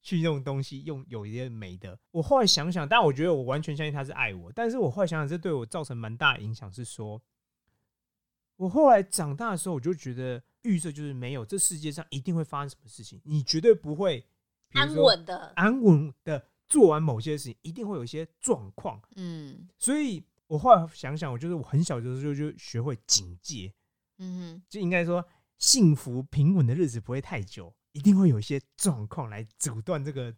[SPEAKER 3] 去弄东西，用有一些没的。我后来想想，但我觉得我完全相信他是爱我，但是我后来想想，这对我造成蛮大的影响，是说，我后来长大的时候，我就觉得预设就是没有，这世界上一定会发生什么事情，你绝对不会比如
[SPEAKER 2] 安
[SPEAKER 3] 说
[SPEAKER 2] 稳的，
[SPEAKER 3] 安稳的做完某些事情，一定会有一些状况。
[SPEAKER 1] 嗯
[SPEAKER 3] 所以我后来想想，我就是我很小的时候就就学会警戒，
[SPEAKER 1] 嗯
[SPEAKER 3] 就应该说，幸福平稳的日子不会太久，一定会有一些状况来阻断这
[SPEAKER 2] 嗯
[SPEAKER 3] 个，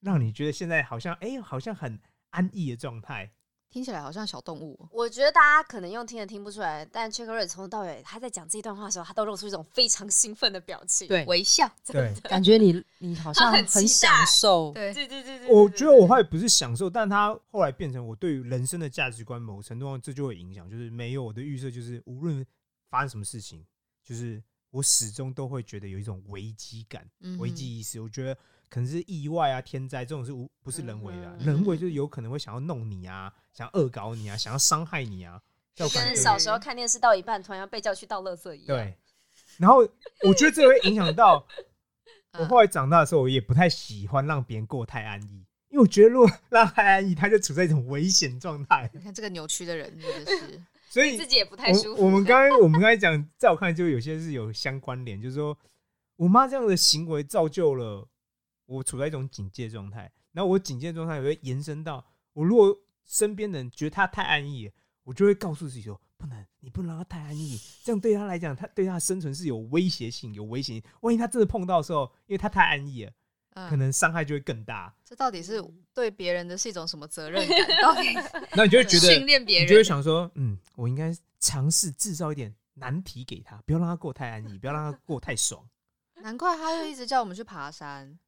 [SPEAKER 3] 让你觉得现在好像哎、好像很安逸的状态。
[SPEAKER 1] 哼，听起来好像小动物哦、
[SPEAKER 2] 我觉得大家可能用听的听不出来，但 c h a c k r 从头到尾他在讲这一段话的时候，他都露出一种非常兴奋的表情。
[SPEAKER 4] 对，
[SPEAKER 1] 微笑，
[SPEAKER 3] 对，
[SPEAKER 4] 感觉你你好像
[SPEAKER 2] 很期待
[SPEAKER 4] 很享受，
[SPEAKER 1] 对
[SPEAKER 2] 对对对对，
[SPEAKER 3] 我
[SPEAKER 2] 对
[SPEAKER 3] 觉得我后来不是享受，但它后来变成我对于人生的价值观，某程度上这就会影响，就是没有我的预设，就是无论发生什么事情，就是我始终都会觉得有一种危机感。
[SPEAKER 1] 嗯
[SPEAKER 3] 危机意识，我觉得可能是意外啊、天灾这种是无不是人为的啊、
[SPEAKER 2] 嗯哼
[SPEAKER 3] 人为就是有可能会想要弄你啊，想要恶搞你啊，想要伤害你啊，
[SPEAKER 2] 就
[SPEAKER 3] 要反
[SPEAKER 2] 跟
[SPEAKER 1] 对
[SPEAKER 2] 小时候看电视到一半，突然要被叫去倒垃圾一样。
[SPEAKER 3] 对。然后我觉得这会影 响到
[SPEAKER 1] 嗯
[SPEAKER 3] 我后来长大的时候，我也不太喜欢让别人过太安逸，因为我觉得如果 让他太安逸，他就处在一种危险状态。
[SPEAKER 1] 你看这个扭曲的人真的 是，
[SPEAKER 3] 所
[SPEAKER 2] 自
[SPEAKER 3] 以
[SPEAKER 2] 己也不太舒
[SPEAKER 3] 我
[SPEAKER 2] 服。
[SPEAKER 3] 我们刚才我们刚才讲，在我看来就有些是有相关联，就是说我妈这样的行为造就了我处在一种警戒状态，然后我警戒状态也会延伸到我如果身边的人觉得他太安逸了，我就会告诉自己说不能，你不能让他太安逸，这样对他来讲，他对他的生存是有威胁性、有危险性。万一他真的碰到的时候，因为他太安逸了，
[SPEAKER 1] 嗯，
[SPEAKER 3] 可能伤害就会更大。
[SPEAKER 1] 这到底是对别人的是一种什么责任感？到底
[SPEAKER 3] 那你就会觉
[SPEAKER 1] 训
[SPEAKER 3] 得，
[SPEAKER 1] 练别
[SPEAKER 3] 你
[SPEAKER 1] 人，
[SPEAKER 3] 就会想说，嗯，我应该尝试制造一点难题给他，不要让他过太安逸，不要让他过太爽。
[SPEAKER 1] 难怪他就一直叫我们去爬山。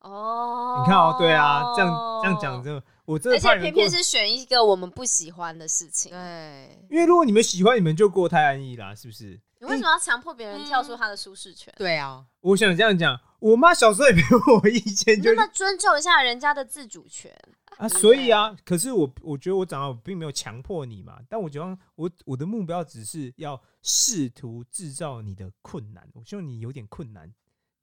[SPEAKER 2] 哦，
[SPEAKER 3] 你看哦，对啊，这样这样讲，真的，我真
[SPEAKER 2] 而
[SPEAKER 3] 的怕
[SPEAKER 2] 且
[SPEAKER 3] 你们
[SPEAKER 2] 偏
[SPEAKER 3] 过
[SPEAKER 2] 偏。是选一个我们不喜欢的事情。
[SPEAKER 1] 对，
[SPEAKER 3] 因为如果你们喜欢，你们就过太安逸啦，是不是？
[SPEAKER 2] 你为什么要强迫别人跳出他的舒适圈？
[SPEAKER 4] 对啊，
[SPEAKER 3] 我想这样讲，我妈小时候也没有我意见，
[SPEAKER 2] 你
[SPEAKER 3] 就
[SPEAKER 2] 真
[SPEAKER 3] 是
[SPEAKER 2] 的尊重一下人家的自主权。
[SPEAKER 3] 啊，所以啊，可是我我觉得我长大我并没有强迫你嘛，但我觉得我我的目标只是要试图制造你的困难，我希望你有点困难，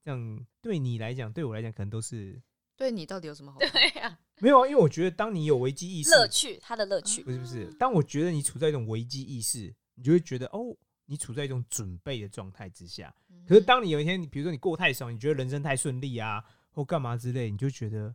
[SPEAKER 3] 这样对你来讲，对我来讲可能都是
[SPEAKER 1] 对你到底有什么好？
[SPEAKER 2] 对呀，
[SPEAKER 3] 没有啊，因为我觉得当你有危机意识，
[SPEAKER 2] 乐趣，他的乐趣
[SPEAKER 3] 不。是不是，当我觉得你处在一种危机意识，你就会觉得哦，你处在一种准备的状态之下。可
[SPEAKER 1] 嗯
[SPEAKER 3] 是当你有一天，你比如说你过太爽，你觉得人生太顺利啊，或干嘛之类，你就觉得，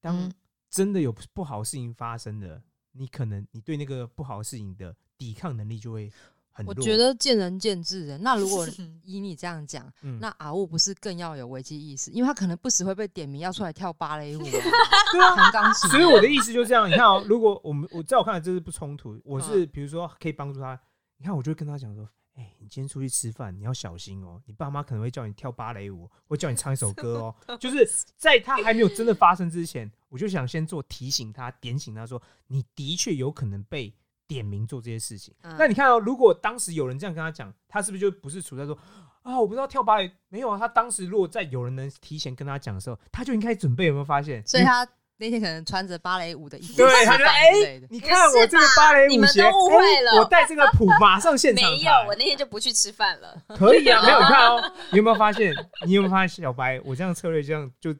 [SPEAKER 3] 当
[SPEAKER 1] 嗯
[SPEAKER 3] 真的有不好的事情发生了，你可能你对那个不好的事情的抵抗能力就会很弱。
[SPEAKER 4] 我觉，得见仁见智人。那 如果
[SPEAKER 1] 嗯
[SPEAKER 4] 以你这样讲，
[SPEAKER 3] 嗯，
[SPEAKER 4] 那阿雾不是更要有危机意识？因为他可能不时会被点名要出来跳芭蕾舞、
[SPEAKER 3] 对啊
[SPEAKER 4] 啊、弹钢琴啊。
[SPEAKER 3] 所以我的意思就是这样，你看哦，如果我们我在我看来这是不冲突，我是
[SPEAKER 4] 嗯
[SPEAKER 3] 比如说可以帮助他，你看我就会跟他讲说，哎、你今天出去吃饭你要小心哦，你爸妈可能会叫你跳芭蕾舞，会叫你唱一首歌哦，就是在他还没有真的发生之前，我就想先做提醒他、点醒他说，你的确有可能被点名做这些事情。
[SPEAKER 1] 嗯
[SPEAKER 3] 那你看哦，如果当时有人这样跟他讲，他是不是就不是处在说啊，我不知道跳芭蕾没有啊？他当时如果在有人能提前跟他讲的时候，他就应该准备，有没有发现？
[SPEAKER 4] 所以他那天可能穿着芭蕾舞的衣服，
[SPEAKER 3] 对，他就哎、你看我这个芭蕾
[SPEAKER 2] 你
[SPEAKER 3] 舞
[SPEAKER 2] 们
[SPEAKER 3] 鞋，
[SPEAKER 2] 都误会了
[SPEAKER 3] 哎我带这个谱马上现场
[SPEAKER 2] 没有，我那天就不去吃饭了。
[SPEAKER 3] 我可以啊，没有你看哦， 你有没有发现？你有没有发现小白？我这样策略这样就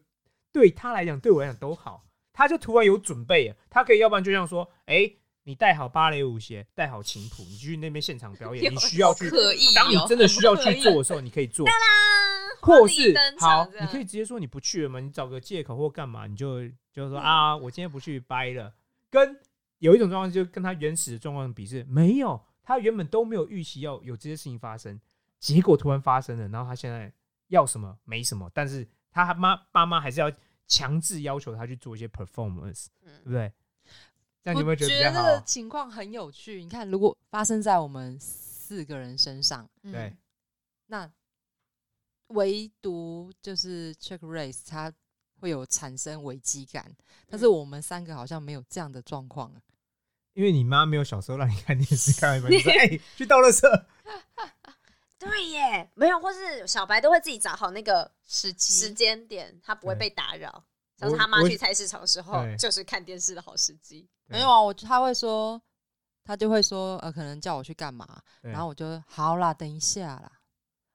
[SPEAKER 3] 对他来讲，对我来讲都好。他就突然有准备了，他可以要不然就像说，哎、你带好芭蕾舞鞋，带好琴谱，你去那边现场 表演，你需要去
[SPEAKER 1] 刻意
[SPEAKER 3] 当你
[SPEAKER 1] 哦
[SPEAKER 3] 真的需要去
[SPEAKER 2] 啊
[SPEAKER 3] 做的时候，你可以做，
[SPEAKER 2] 婚
[SPEAKER 3] 或
[SPEAKER 2] 礼
[SPEAKER 3] 是
[SPEAKER 2] 登场
[SPEAKER 3] 好
[SPEAKER 2] 这，
[SPEAKER 3] 你
[SPEAKER 2] 样
[SPEAKER 3] 可以直接说你不去了嘛，你找个借口或干嘛，你就就
[SPEAKER 2] 嗯
[SPEAKER 3] 说啊，我今天不去，掰了。跟有一种状况，就跟他原始的状况比是没有，他原本都没有预期要有这些事情发生，结果突然发生了，然后他现在要什么没什么，但是他妈爸妈还是要强制要求他去做一些 performance，对
[SPEAKER 2] 嗯
[SPEAKER 3] 不对？这样你有没
[SPEAKER 4] 我
[SPEAKER 3] 有
[SPEAKER 4] 觉
[SPEAKER 3] 觉得比
[SPEAKER 4] 得
[SPEAKER 3] 较
[SPEAKER 4] 这个
[SPEAKER 3] 好？啊
[SPEAKER 4] 情况很有趣。你看，如果发生在我们四个人身上，
[SPEAKER 1] 嗯
[SPEAKER 3] 对，
[SPEAKER 4] 那唯独就是 Check Race，它会有产生危机感，但
[SPEAKER 3] 嗯
[SPEAKER 4] 是我们三个好像没有这样的状况啊。
[SPEAKER 3] 因为你妈没有小时候让你看电视， 看完一半就说：“哎、去倒垃圾。”
[SPEAKER 2] 对耶，没有，或是小白都会自己找好那个
[SPEAKER 1] 时
[SPEAKER 2] 时
[SPEAKER 1] 机，
[SPEAKER 2] 间点，他不会
[SPEAKER 3] 对
[SPEAKER 2] 被打扰。
[SPEAKER 3] 我
[SPEAKER 2] 像是他妈
[SPEAKER 3] 我
[SPEAKER 2] 去菜市场的时候
[SPEAKER 3] 对，
[SPEAKER 2] 就是看电视的好时机。
[SPEAKER 3] 对
[SPEAKER 4] 没有啊，我他会说，他就会说呃，可能叫我去干嘛，
[SPEAKER 3] 对嗯
[SPEAKER 4] 然后我就好啦，等一下啦。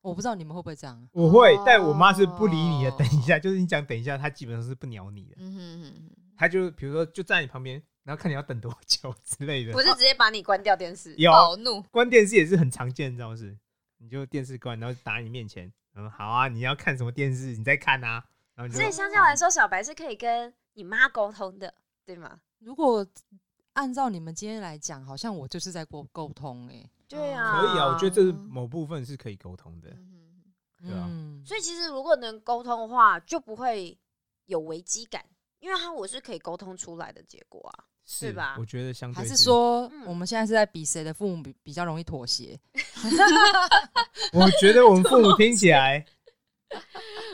[SPEAKER 4] 我不知道你们会不会这样，啊
[SPEAKER 3] 我会
[SPEAKER 1] 哦，
[SPEAKER 3] 但我妈是不理你的。等一下，就是你讲等一下，她基本上是不鸟你的。
[SPEAKER 1] 嗯哼哼哼，
[SPEAKER 3] 她就比如说就站在你旁边，然后看你要等多久之类的
[SPEAKER 2] 不。是直接把你关掉电视？
[SPEAKER 3] 有
[SPEAKER 1] 暴怒，
[SPEAKER 3] 关电视也是很常见的招式，你就电视关，然后打你面前，嗯，好啊，你要看什么电视，你再看啊。然后你就哦
[SPEAKER 2] 所以相较来说，小白是可以跟你妈沟通的，对吗？
[SPEAKER 4] 如果按照你们今天来讲，好像我就是在沟沟通哎、
[SPEAKER 2] 对啊，
[SPEAKER 3] 可以啊，我觉得这是某部分是可以沟通的。
[SPEAKER 1] 嗯哼哼
[SPEAKER 3] 对啊
[SPEAKER 4] 嗯，
[SPEAKER 2] 所以其实如果能沟通的话，就不会有危机感，因为他我是可以沟通出来的结果啊。
[SPEAKER 3] 是
[SPEAKER 2] 对吧
[SPEAKER 3] 我觉得相对
[SPEAKER 4] 还是说
[SPEAKER 2] 嗯
[SPEAKER 4] 我们现在是在比谁的父母比比较容易妥协？
[SPEAKER 3] 我觉得我们父母听 起来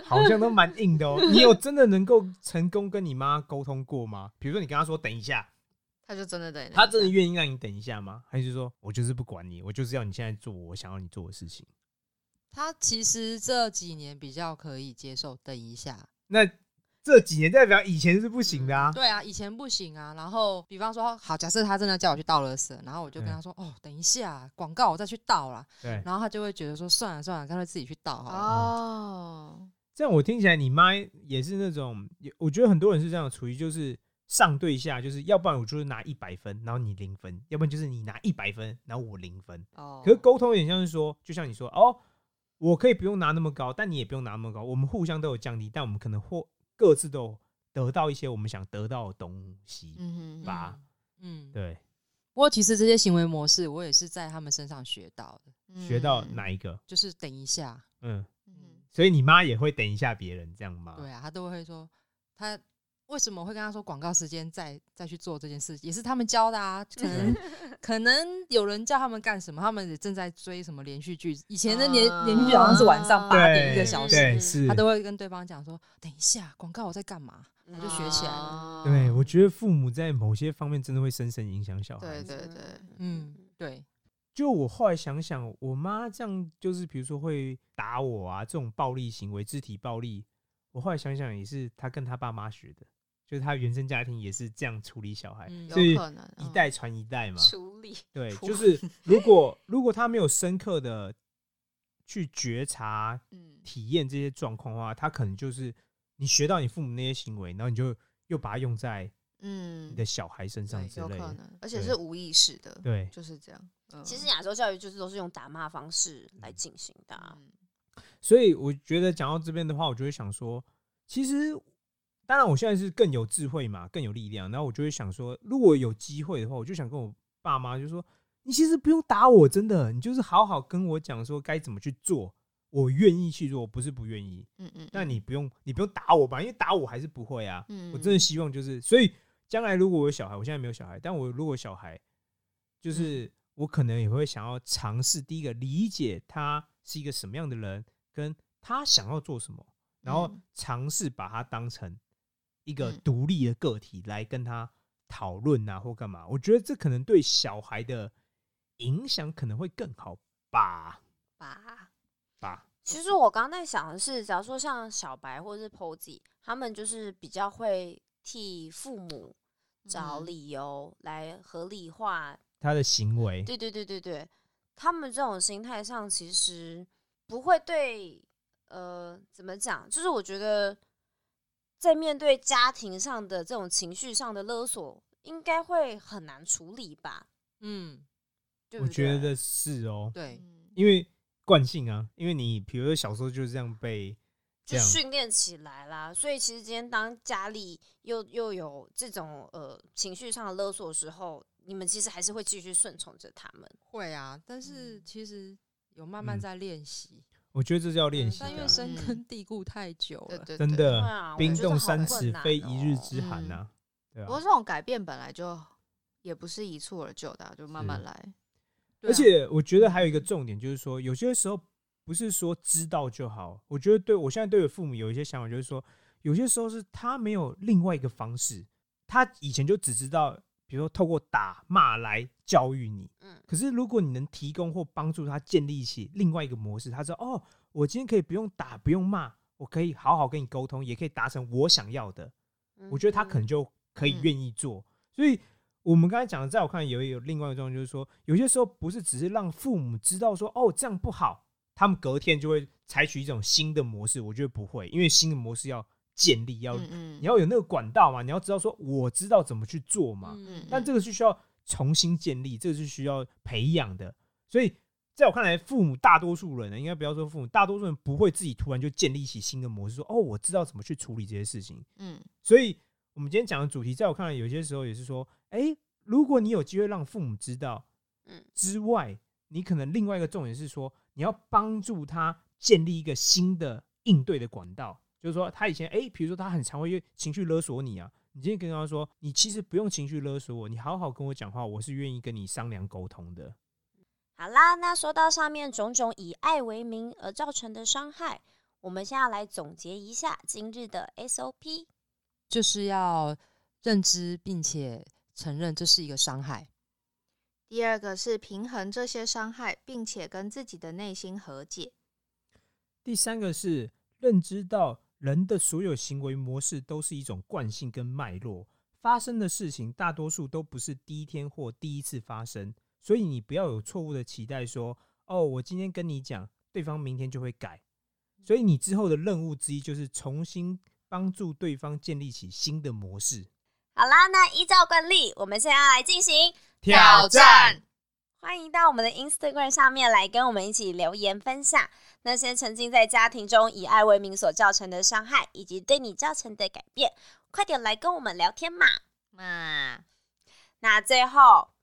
[SPEAKER 3] 好像都蛮硬的哦。你有真的能够成功跟你妈沟通过吗？比如说你跟她说等一下，
[SPEAKER 1] 他就真的对你，
[SPEAKER 3] 她真的愿意让你等一下吗？还是说我就是不管你，我就是要你现在做我想要你做的事情？
[SPEAKER 4] 他其实这几年比较可以接受，等一下。
[SPEAKER 3] 那这几年代表以前是不行的啊。
[SPEAKER 1] 嗯
[SPEAKER 4] 对啊，以前不行啊。然后，比方说，好，假设他真的叫我去倒垃圾，然后我就跟他说：“哦，等一下，广告我再去倒啦。
[SPEAKER 3] 对”，
[SPEAKER 4] 然后他就会觉得说：“算了算了，干脆自己去
[SPEAKER 3] 嗯
[SPEAKER 4] 倒好了。
[SPEAKER 1] 哦，
[SPEAKER 3] 这样我听起来你妈也是那种，也我觉得很多人是这样的处于，就是上对下，就是要不然我就是拿一百分，然后你零分；要不然就是你拿一百分，然后我零分。
[SPEAKER 4] 哦，
[SPEAKER 3] 可是沟通有点像是说，就像你说，哦，我可以不用拿那么高，但你也不用拿那么高，我们互相都有降低，但我们可能或各自都有得到一些我们想得到的东西。
[SPEAKER 1] 嗯哼哼，
[SPEAKER 3] 吧
[SPEAKER 4] 嗯，
[SPEAKER 3] 对，
[SPEAKER 4] 不过其实这些行为模式，我也是在他们身上学到的，
[SPEAKER 3] 学到
[SPEAKER 1] 嗯
[SPEAKER 3] 哪一个？
[SPEAKER 4] 就是等一下。
[SPEAKER 3] 嗯，
[SPEAKER 1] 嗯
[SPEAKER 3] 所以你妈也会等一下别人这样吗？
[SPEAKER 4] 对啊，他都会说他为什么会跟他说广告时间再再去做这件事，也是他们教的啊。可能 可能有人叫他们干什么，他们也正在追什么连续剧。以前的连、连续剧好像是晚上
[SPEAKER 1] 啊
[SPEAKER 4] 八
[SPEAKER 3] 对，
[SPEAKER 4] 点一个小时，
[SPEAKER 3] 对，是
[SPEAKER 4] 他。都会跟对方讲说：“等一下，广告我在干嘛？”
[SPEAKER 2] 我
[SPEAKER 4] 就学起来了
[SPEAKER 1] 嗯哦
[SPEAKER 3] 对，
[SPEAKER 4] 嗯
[SPEAKER 3] 我觉得父母在某些方面真的会深深影响小孩。
[SPEAKER 1] 对对对，
[SPEAKER 4] 嗯，对，
[SPEAKER 3] 就我后来想想，我妈这样就是，比如说会打我啊，这种暴力行为、肢体暴力，我后来想想也是她跟她爸妈学的，就是她原生家庭也是这样处理小孩，
[SPEAKER 4] 嗯
[SPEAKER 3] 哎所以
[SPEAKER 1] 有可能哦
[SPEAKER 3] 一代传一代嘛。
[SPEAKER 2] 处理
[SPEAKER 3] 对，
[SPEAKER 1] 处
[SPEAKER 3] 就是如果如果他没有深刻的去觉察、
[SPEAKER 1] 嗯嗯
[SPEAKER 3] 体验这些状况的话，他可能就是你学到你父母那些行为，然后你就又把它用在你
[SPEAKER 1] 嗯
[SPEAKER 3] 的小孩身上
[SPEAKER 4] 对
[SPEAKER 3] 之
[SPEAKER 1] 有
[SPEAKER 3] 类
[SPEAKER 1] 可
[SPEAKER 3] 的。
[SPEAKER 1] 能，而且
[SPEAKER 3] 对
[SPEAKER 1] 是无意识的，
[SPEAKER 3] 对，
[SPEAKER 1] 就是这样。嗯
[SPEAKER 2] 其实亚洲教育就是都是用打骂方式来进行的、啊。
[SPEAKER 1] 嗯
[SPEAKER 3] 所以我觉得讲到这边的话，我就会想说，其实当然我现在是更有智慧嘛，更有力量，然后我就会想说，如果有机会的话，我就想跟我爸妈就说，你其实不用打我，真的，你就是好好跟我讲说该怎么去做，我愿意去做，不是不愿意，
[SPEAKER 1] 嗯嗯，
[SPEAKER 3] 但你不用你不用打我吧，因为打我还是不会啊。
[SPEAKER 1] 嗯
[SPEAKER 3] 我真的希望就是，所以将来如果我有小孩，我现在没有小孩，但我如果有小孩，就是我可能也会想要尝试第一个理解他是一个什么样的人，跟他想要做什么，然后
[SPEAKER 1] 嗯
[SPEAKER 3] 尝试把他当成一个
[SPEAKER 1] 嗯
[SPEAKER 3] 独立的个体来跟他讨论啊，或干嘛。我觉得这可能对小孩的影响可能会更好吧
[SPEAKER 2] 吧。
[SPEAKER 3] 吧。
[SPEAKER 2] 其实我刚刚在想的是，假如说像小白或是 Posy，他们就是比较会替父母找
[SPEAKER 1] 嗯
[SPEAKER 2] 理由来合理化
[SPEAKER 3] 他的行为，
[SPEAKER 2] 对对对对对，他们这种心态上其实不会对呃怎么讲，就是我觉得在面对家庭上的这种情绪上的勒索，应该会很难处理吧？
[SPEAKER 4] 嗯，
[SPEAKER 2] 对不
[SPEAKER 3] 我
[SPEAKER 2] 对？
[SPEAKER 3] 觉得是哦，
[SPEAKER 4] 对，
[SPEAKER 1] 嗯
[SPEAKER 3] 因为惯性啊，因为你比如说小时候就是这样被
[SPEAKER 2] 就
[SPEAKER 3] 这样，
[SPEAKER 2] 训练起来啦。所以其实今天当家里又又有这种呃情绪上的勒索的时候，你们其实还是会继续顺从着他们。
[SPEAKER 4] 会啊。但是
[SPEAKER 1] 嗯
[SPEAKER 4] 其实有慢慢
[SPEAKER 3] 嗯
[SPEAKER 4] 在练习，
[SPEAKER 3] 我觉得这叫练习、啊
[SPEAKER 4] 但因为深根蒂固太久
[SPEAKER 1] 嗯对
[SPEAKER 4] 了，
[SPEAKER 1] 对，
[SPEAKER 3] 真
[SPEAKER 1] 对。
[SPEAKER 2] 对
[SPEAKER 3] 的、
[SPEAKER 2] 啊，我
[SPEAKER 3] 嗯冰
[SPEAKER 2] 觉得
[SPEAKER 3] 冻
[SPEAKER 2] 好
[SPEAKER 3] 三
[SPEAKER 2] 困
[SPEAKER 3] 尺
[SPEAKER 2] 难
[SPEAKER 3] 非一日
[SPEAKER 2] 哦
[SPEAKER 3] 之寒呐、对
[SPEAKER 1] 不
[SPEAKER 3] 啊
[SPEAKER 1] 过。这种改变本来就也不是一蹴而就的啊，就慢
[SPEAKER 3] 是
[SPEAKER 1] 慢来。
[SPEAKER 4] 对啊
[SPEAKER 3] 而且我觉得还有一个重点就是说，有些时候不是说知道就好，我觉得对我现在对我父母有一些想法，就是说有些时候是他没有另外一个方式，他以前就只知道，比如说透过打骂来教育你，
[SPEAKER 2] 嗯，
[SPEAKER 3] 可是如果你能提供或帮助他建立起另外一个模式，他说：“哦，我今天可以不用打，不用骂，我可以好好跟你沟通，也可以达成我想要的。”我觉得他可
[SPEAKER 2] 嗯
[SPEAKER 3] 能就可以愿意做。所以我们刚才讲的，在我看来也有另外一种，就是说，有些时候不是只是让父母知道说，哦，这样不好，他们隔天就会采取一种新的模式。我觉得不会，因为新的模式要建立，要
[SPEAKER 1] 嗯嗯
[SPEAKER 3] 你要有那个管道嘛，你要知道说，我知道怎么去做嘛。
[SPEAKER 1] 嗯
[SPEAKER 3] 但这个是需要重新建立，这个是需要培养的。所以在我看来，父母大多数人呢，应该不要说父母，大多数人不会自己突然就建立起新的模式，说哦，我知道怎么去处理这些事情。
[SPEAKER 1] 嗯
[SPEAKER 3] 所以我们今天讲的主题，在我看来，有些时候也是说，哎、如果你有机会让父母知道
[SPEAKER 2] 嗯
[SPEAKER 3] 之外，你可能另外一个重点是说，你要帮助他建立一个新的应对的管道。就是说，他以前哎、诶比如说他很常会情绪勒索你啊，你今天跟他说，你其实不用情绪勒索我，你好好跟我讲话，我是愿意跟你商量沟通的。
[SPEAKER 2] 好啦，那说到上面种种以爱为名而造成的伤害，我们现在来总结一下今日的 SOP。
[SPEAKER 4] 就是要认知并且承认这是一个伤害。
[SPEAKER 1] 第二个是平衡这些伤害，并且跟自己的内心和解。
[SPEAKER 3] 第三个是认知到人的所有行为模式都是一种惯性跟脉络，发生的事情大多数都不是第一天或第一次发生，所以你不要有错误的期待说，哦，我今天跟你讲，对方明天就会改。所以你之后的任务之一就是重新帮助对方建立起新的模式，
[SPEAKER 2] 好啦，那依照惯例，我们现在要来进行，欢迎到我们的 Instagram 上面来跟我们一起留言分享那些曾经在家庭中以爱为名所造成的伤害，以及对你造成的改变。快点来跟我们聊天嘛！
[SPEAKER 1] 嘛，
[SPEAKER 2] 那最后，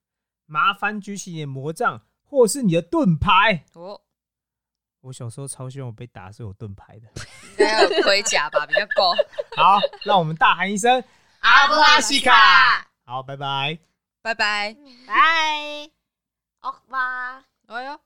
[SPEAKER 3] 麻烦举起你的魔杖或是你的盾牌。
[SPEAKER 4] 哦
[SPEAKER 1] 我
[SPEAKER 3] 我小时候超希望我被打是有盾牌的。
[SPEAKER 1] 应该要盔甲吧，比较够。
[SPEAKER 3] 好，让我们大喊一声阿布拉西卡。好，拜拜。
[SPEAKER 4] 拜拜。
[SPEAKER 2] 拜，哦哇。
[SPEAKER 1] 嗯哎呦。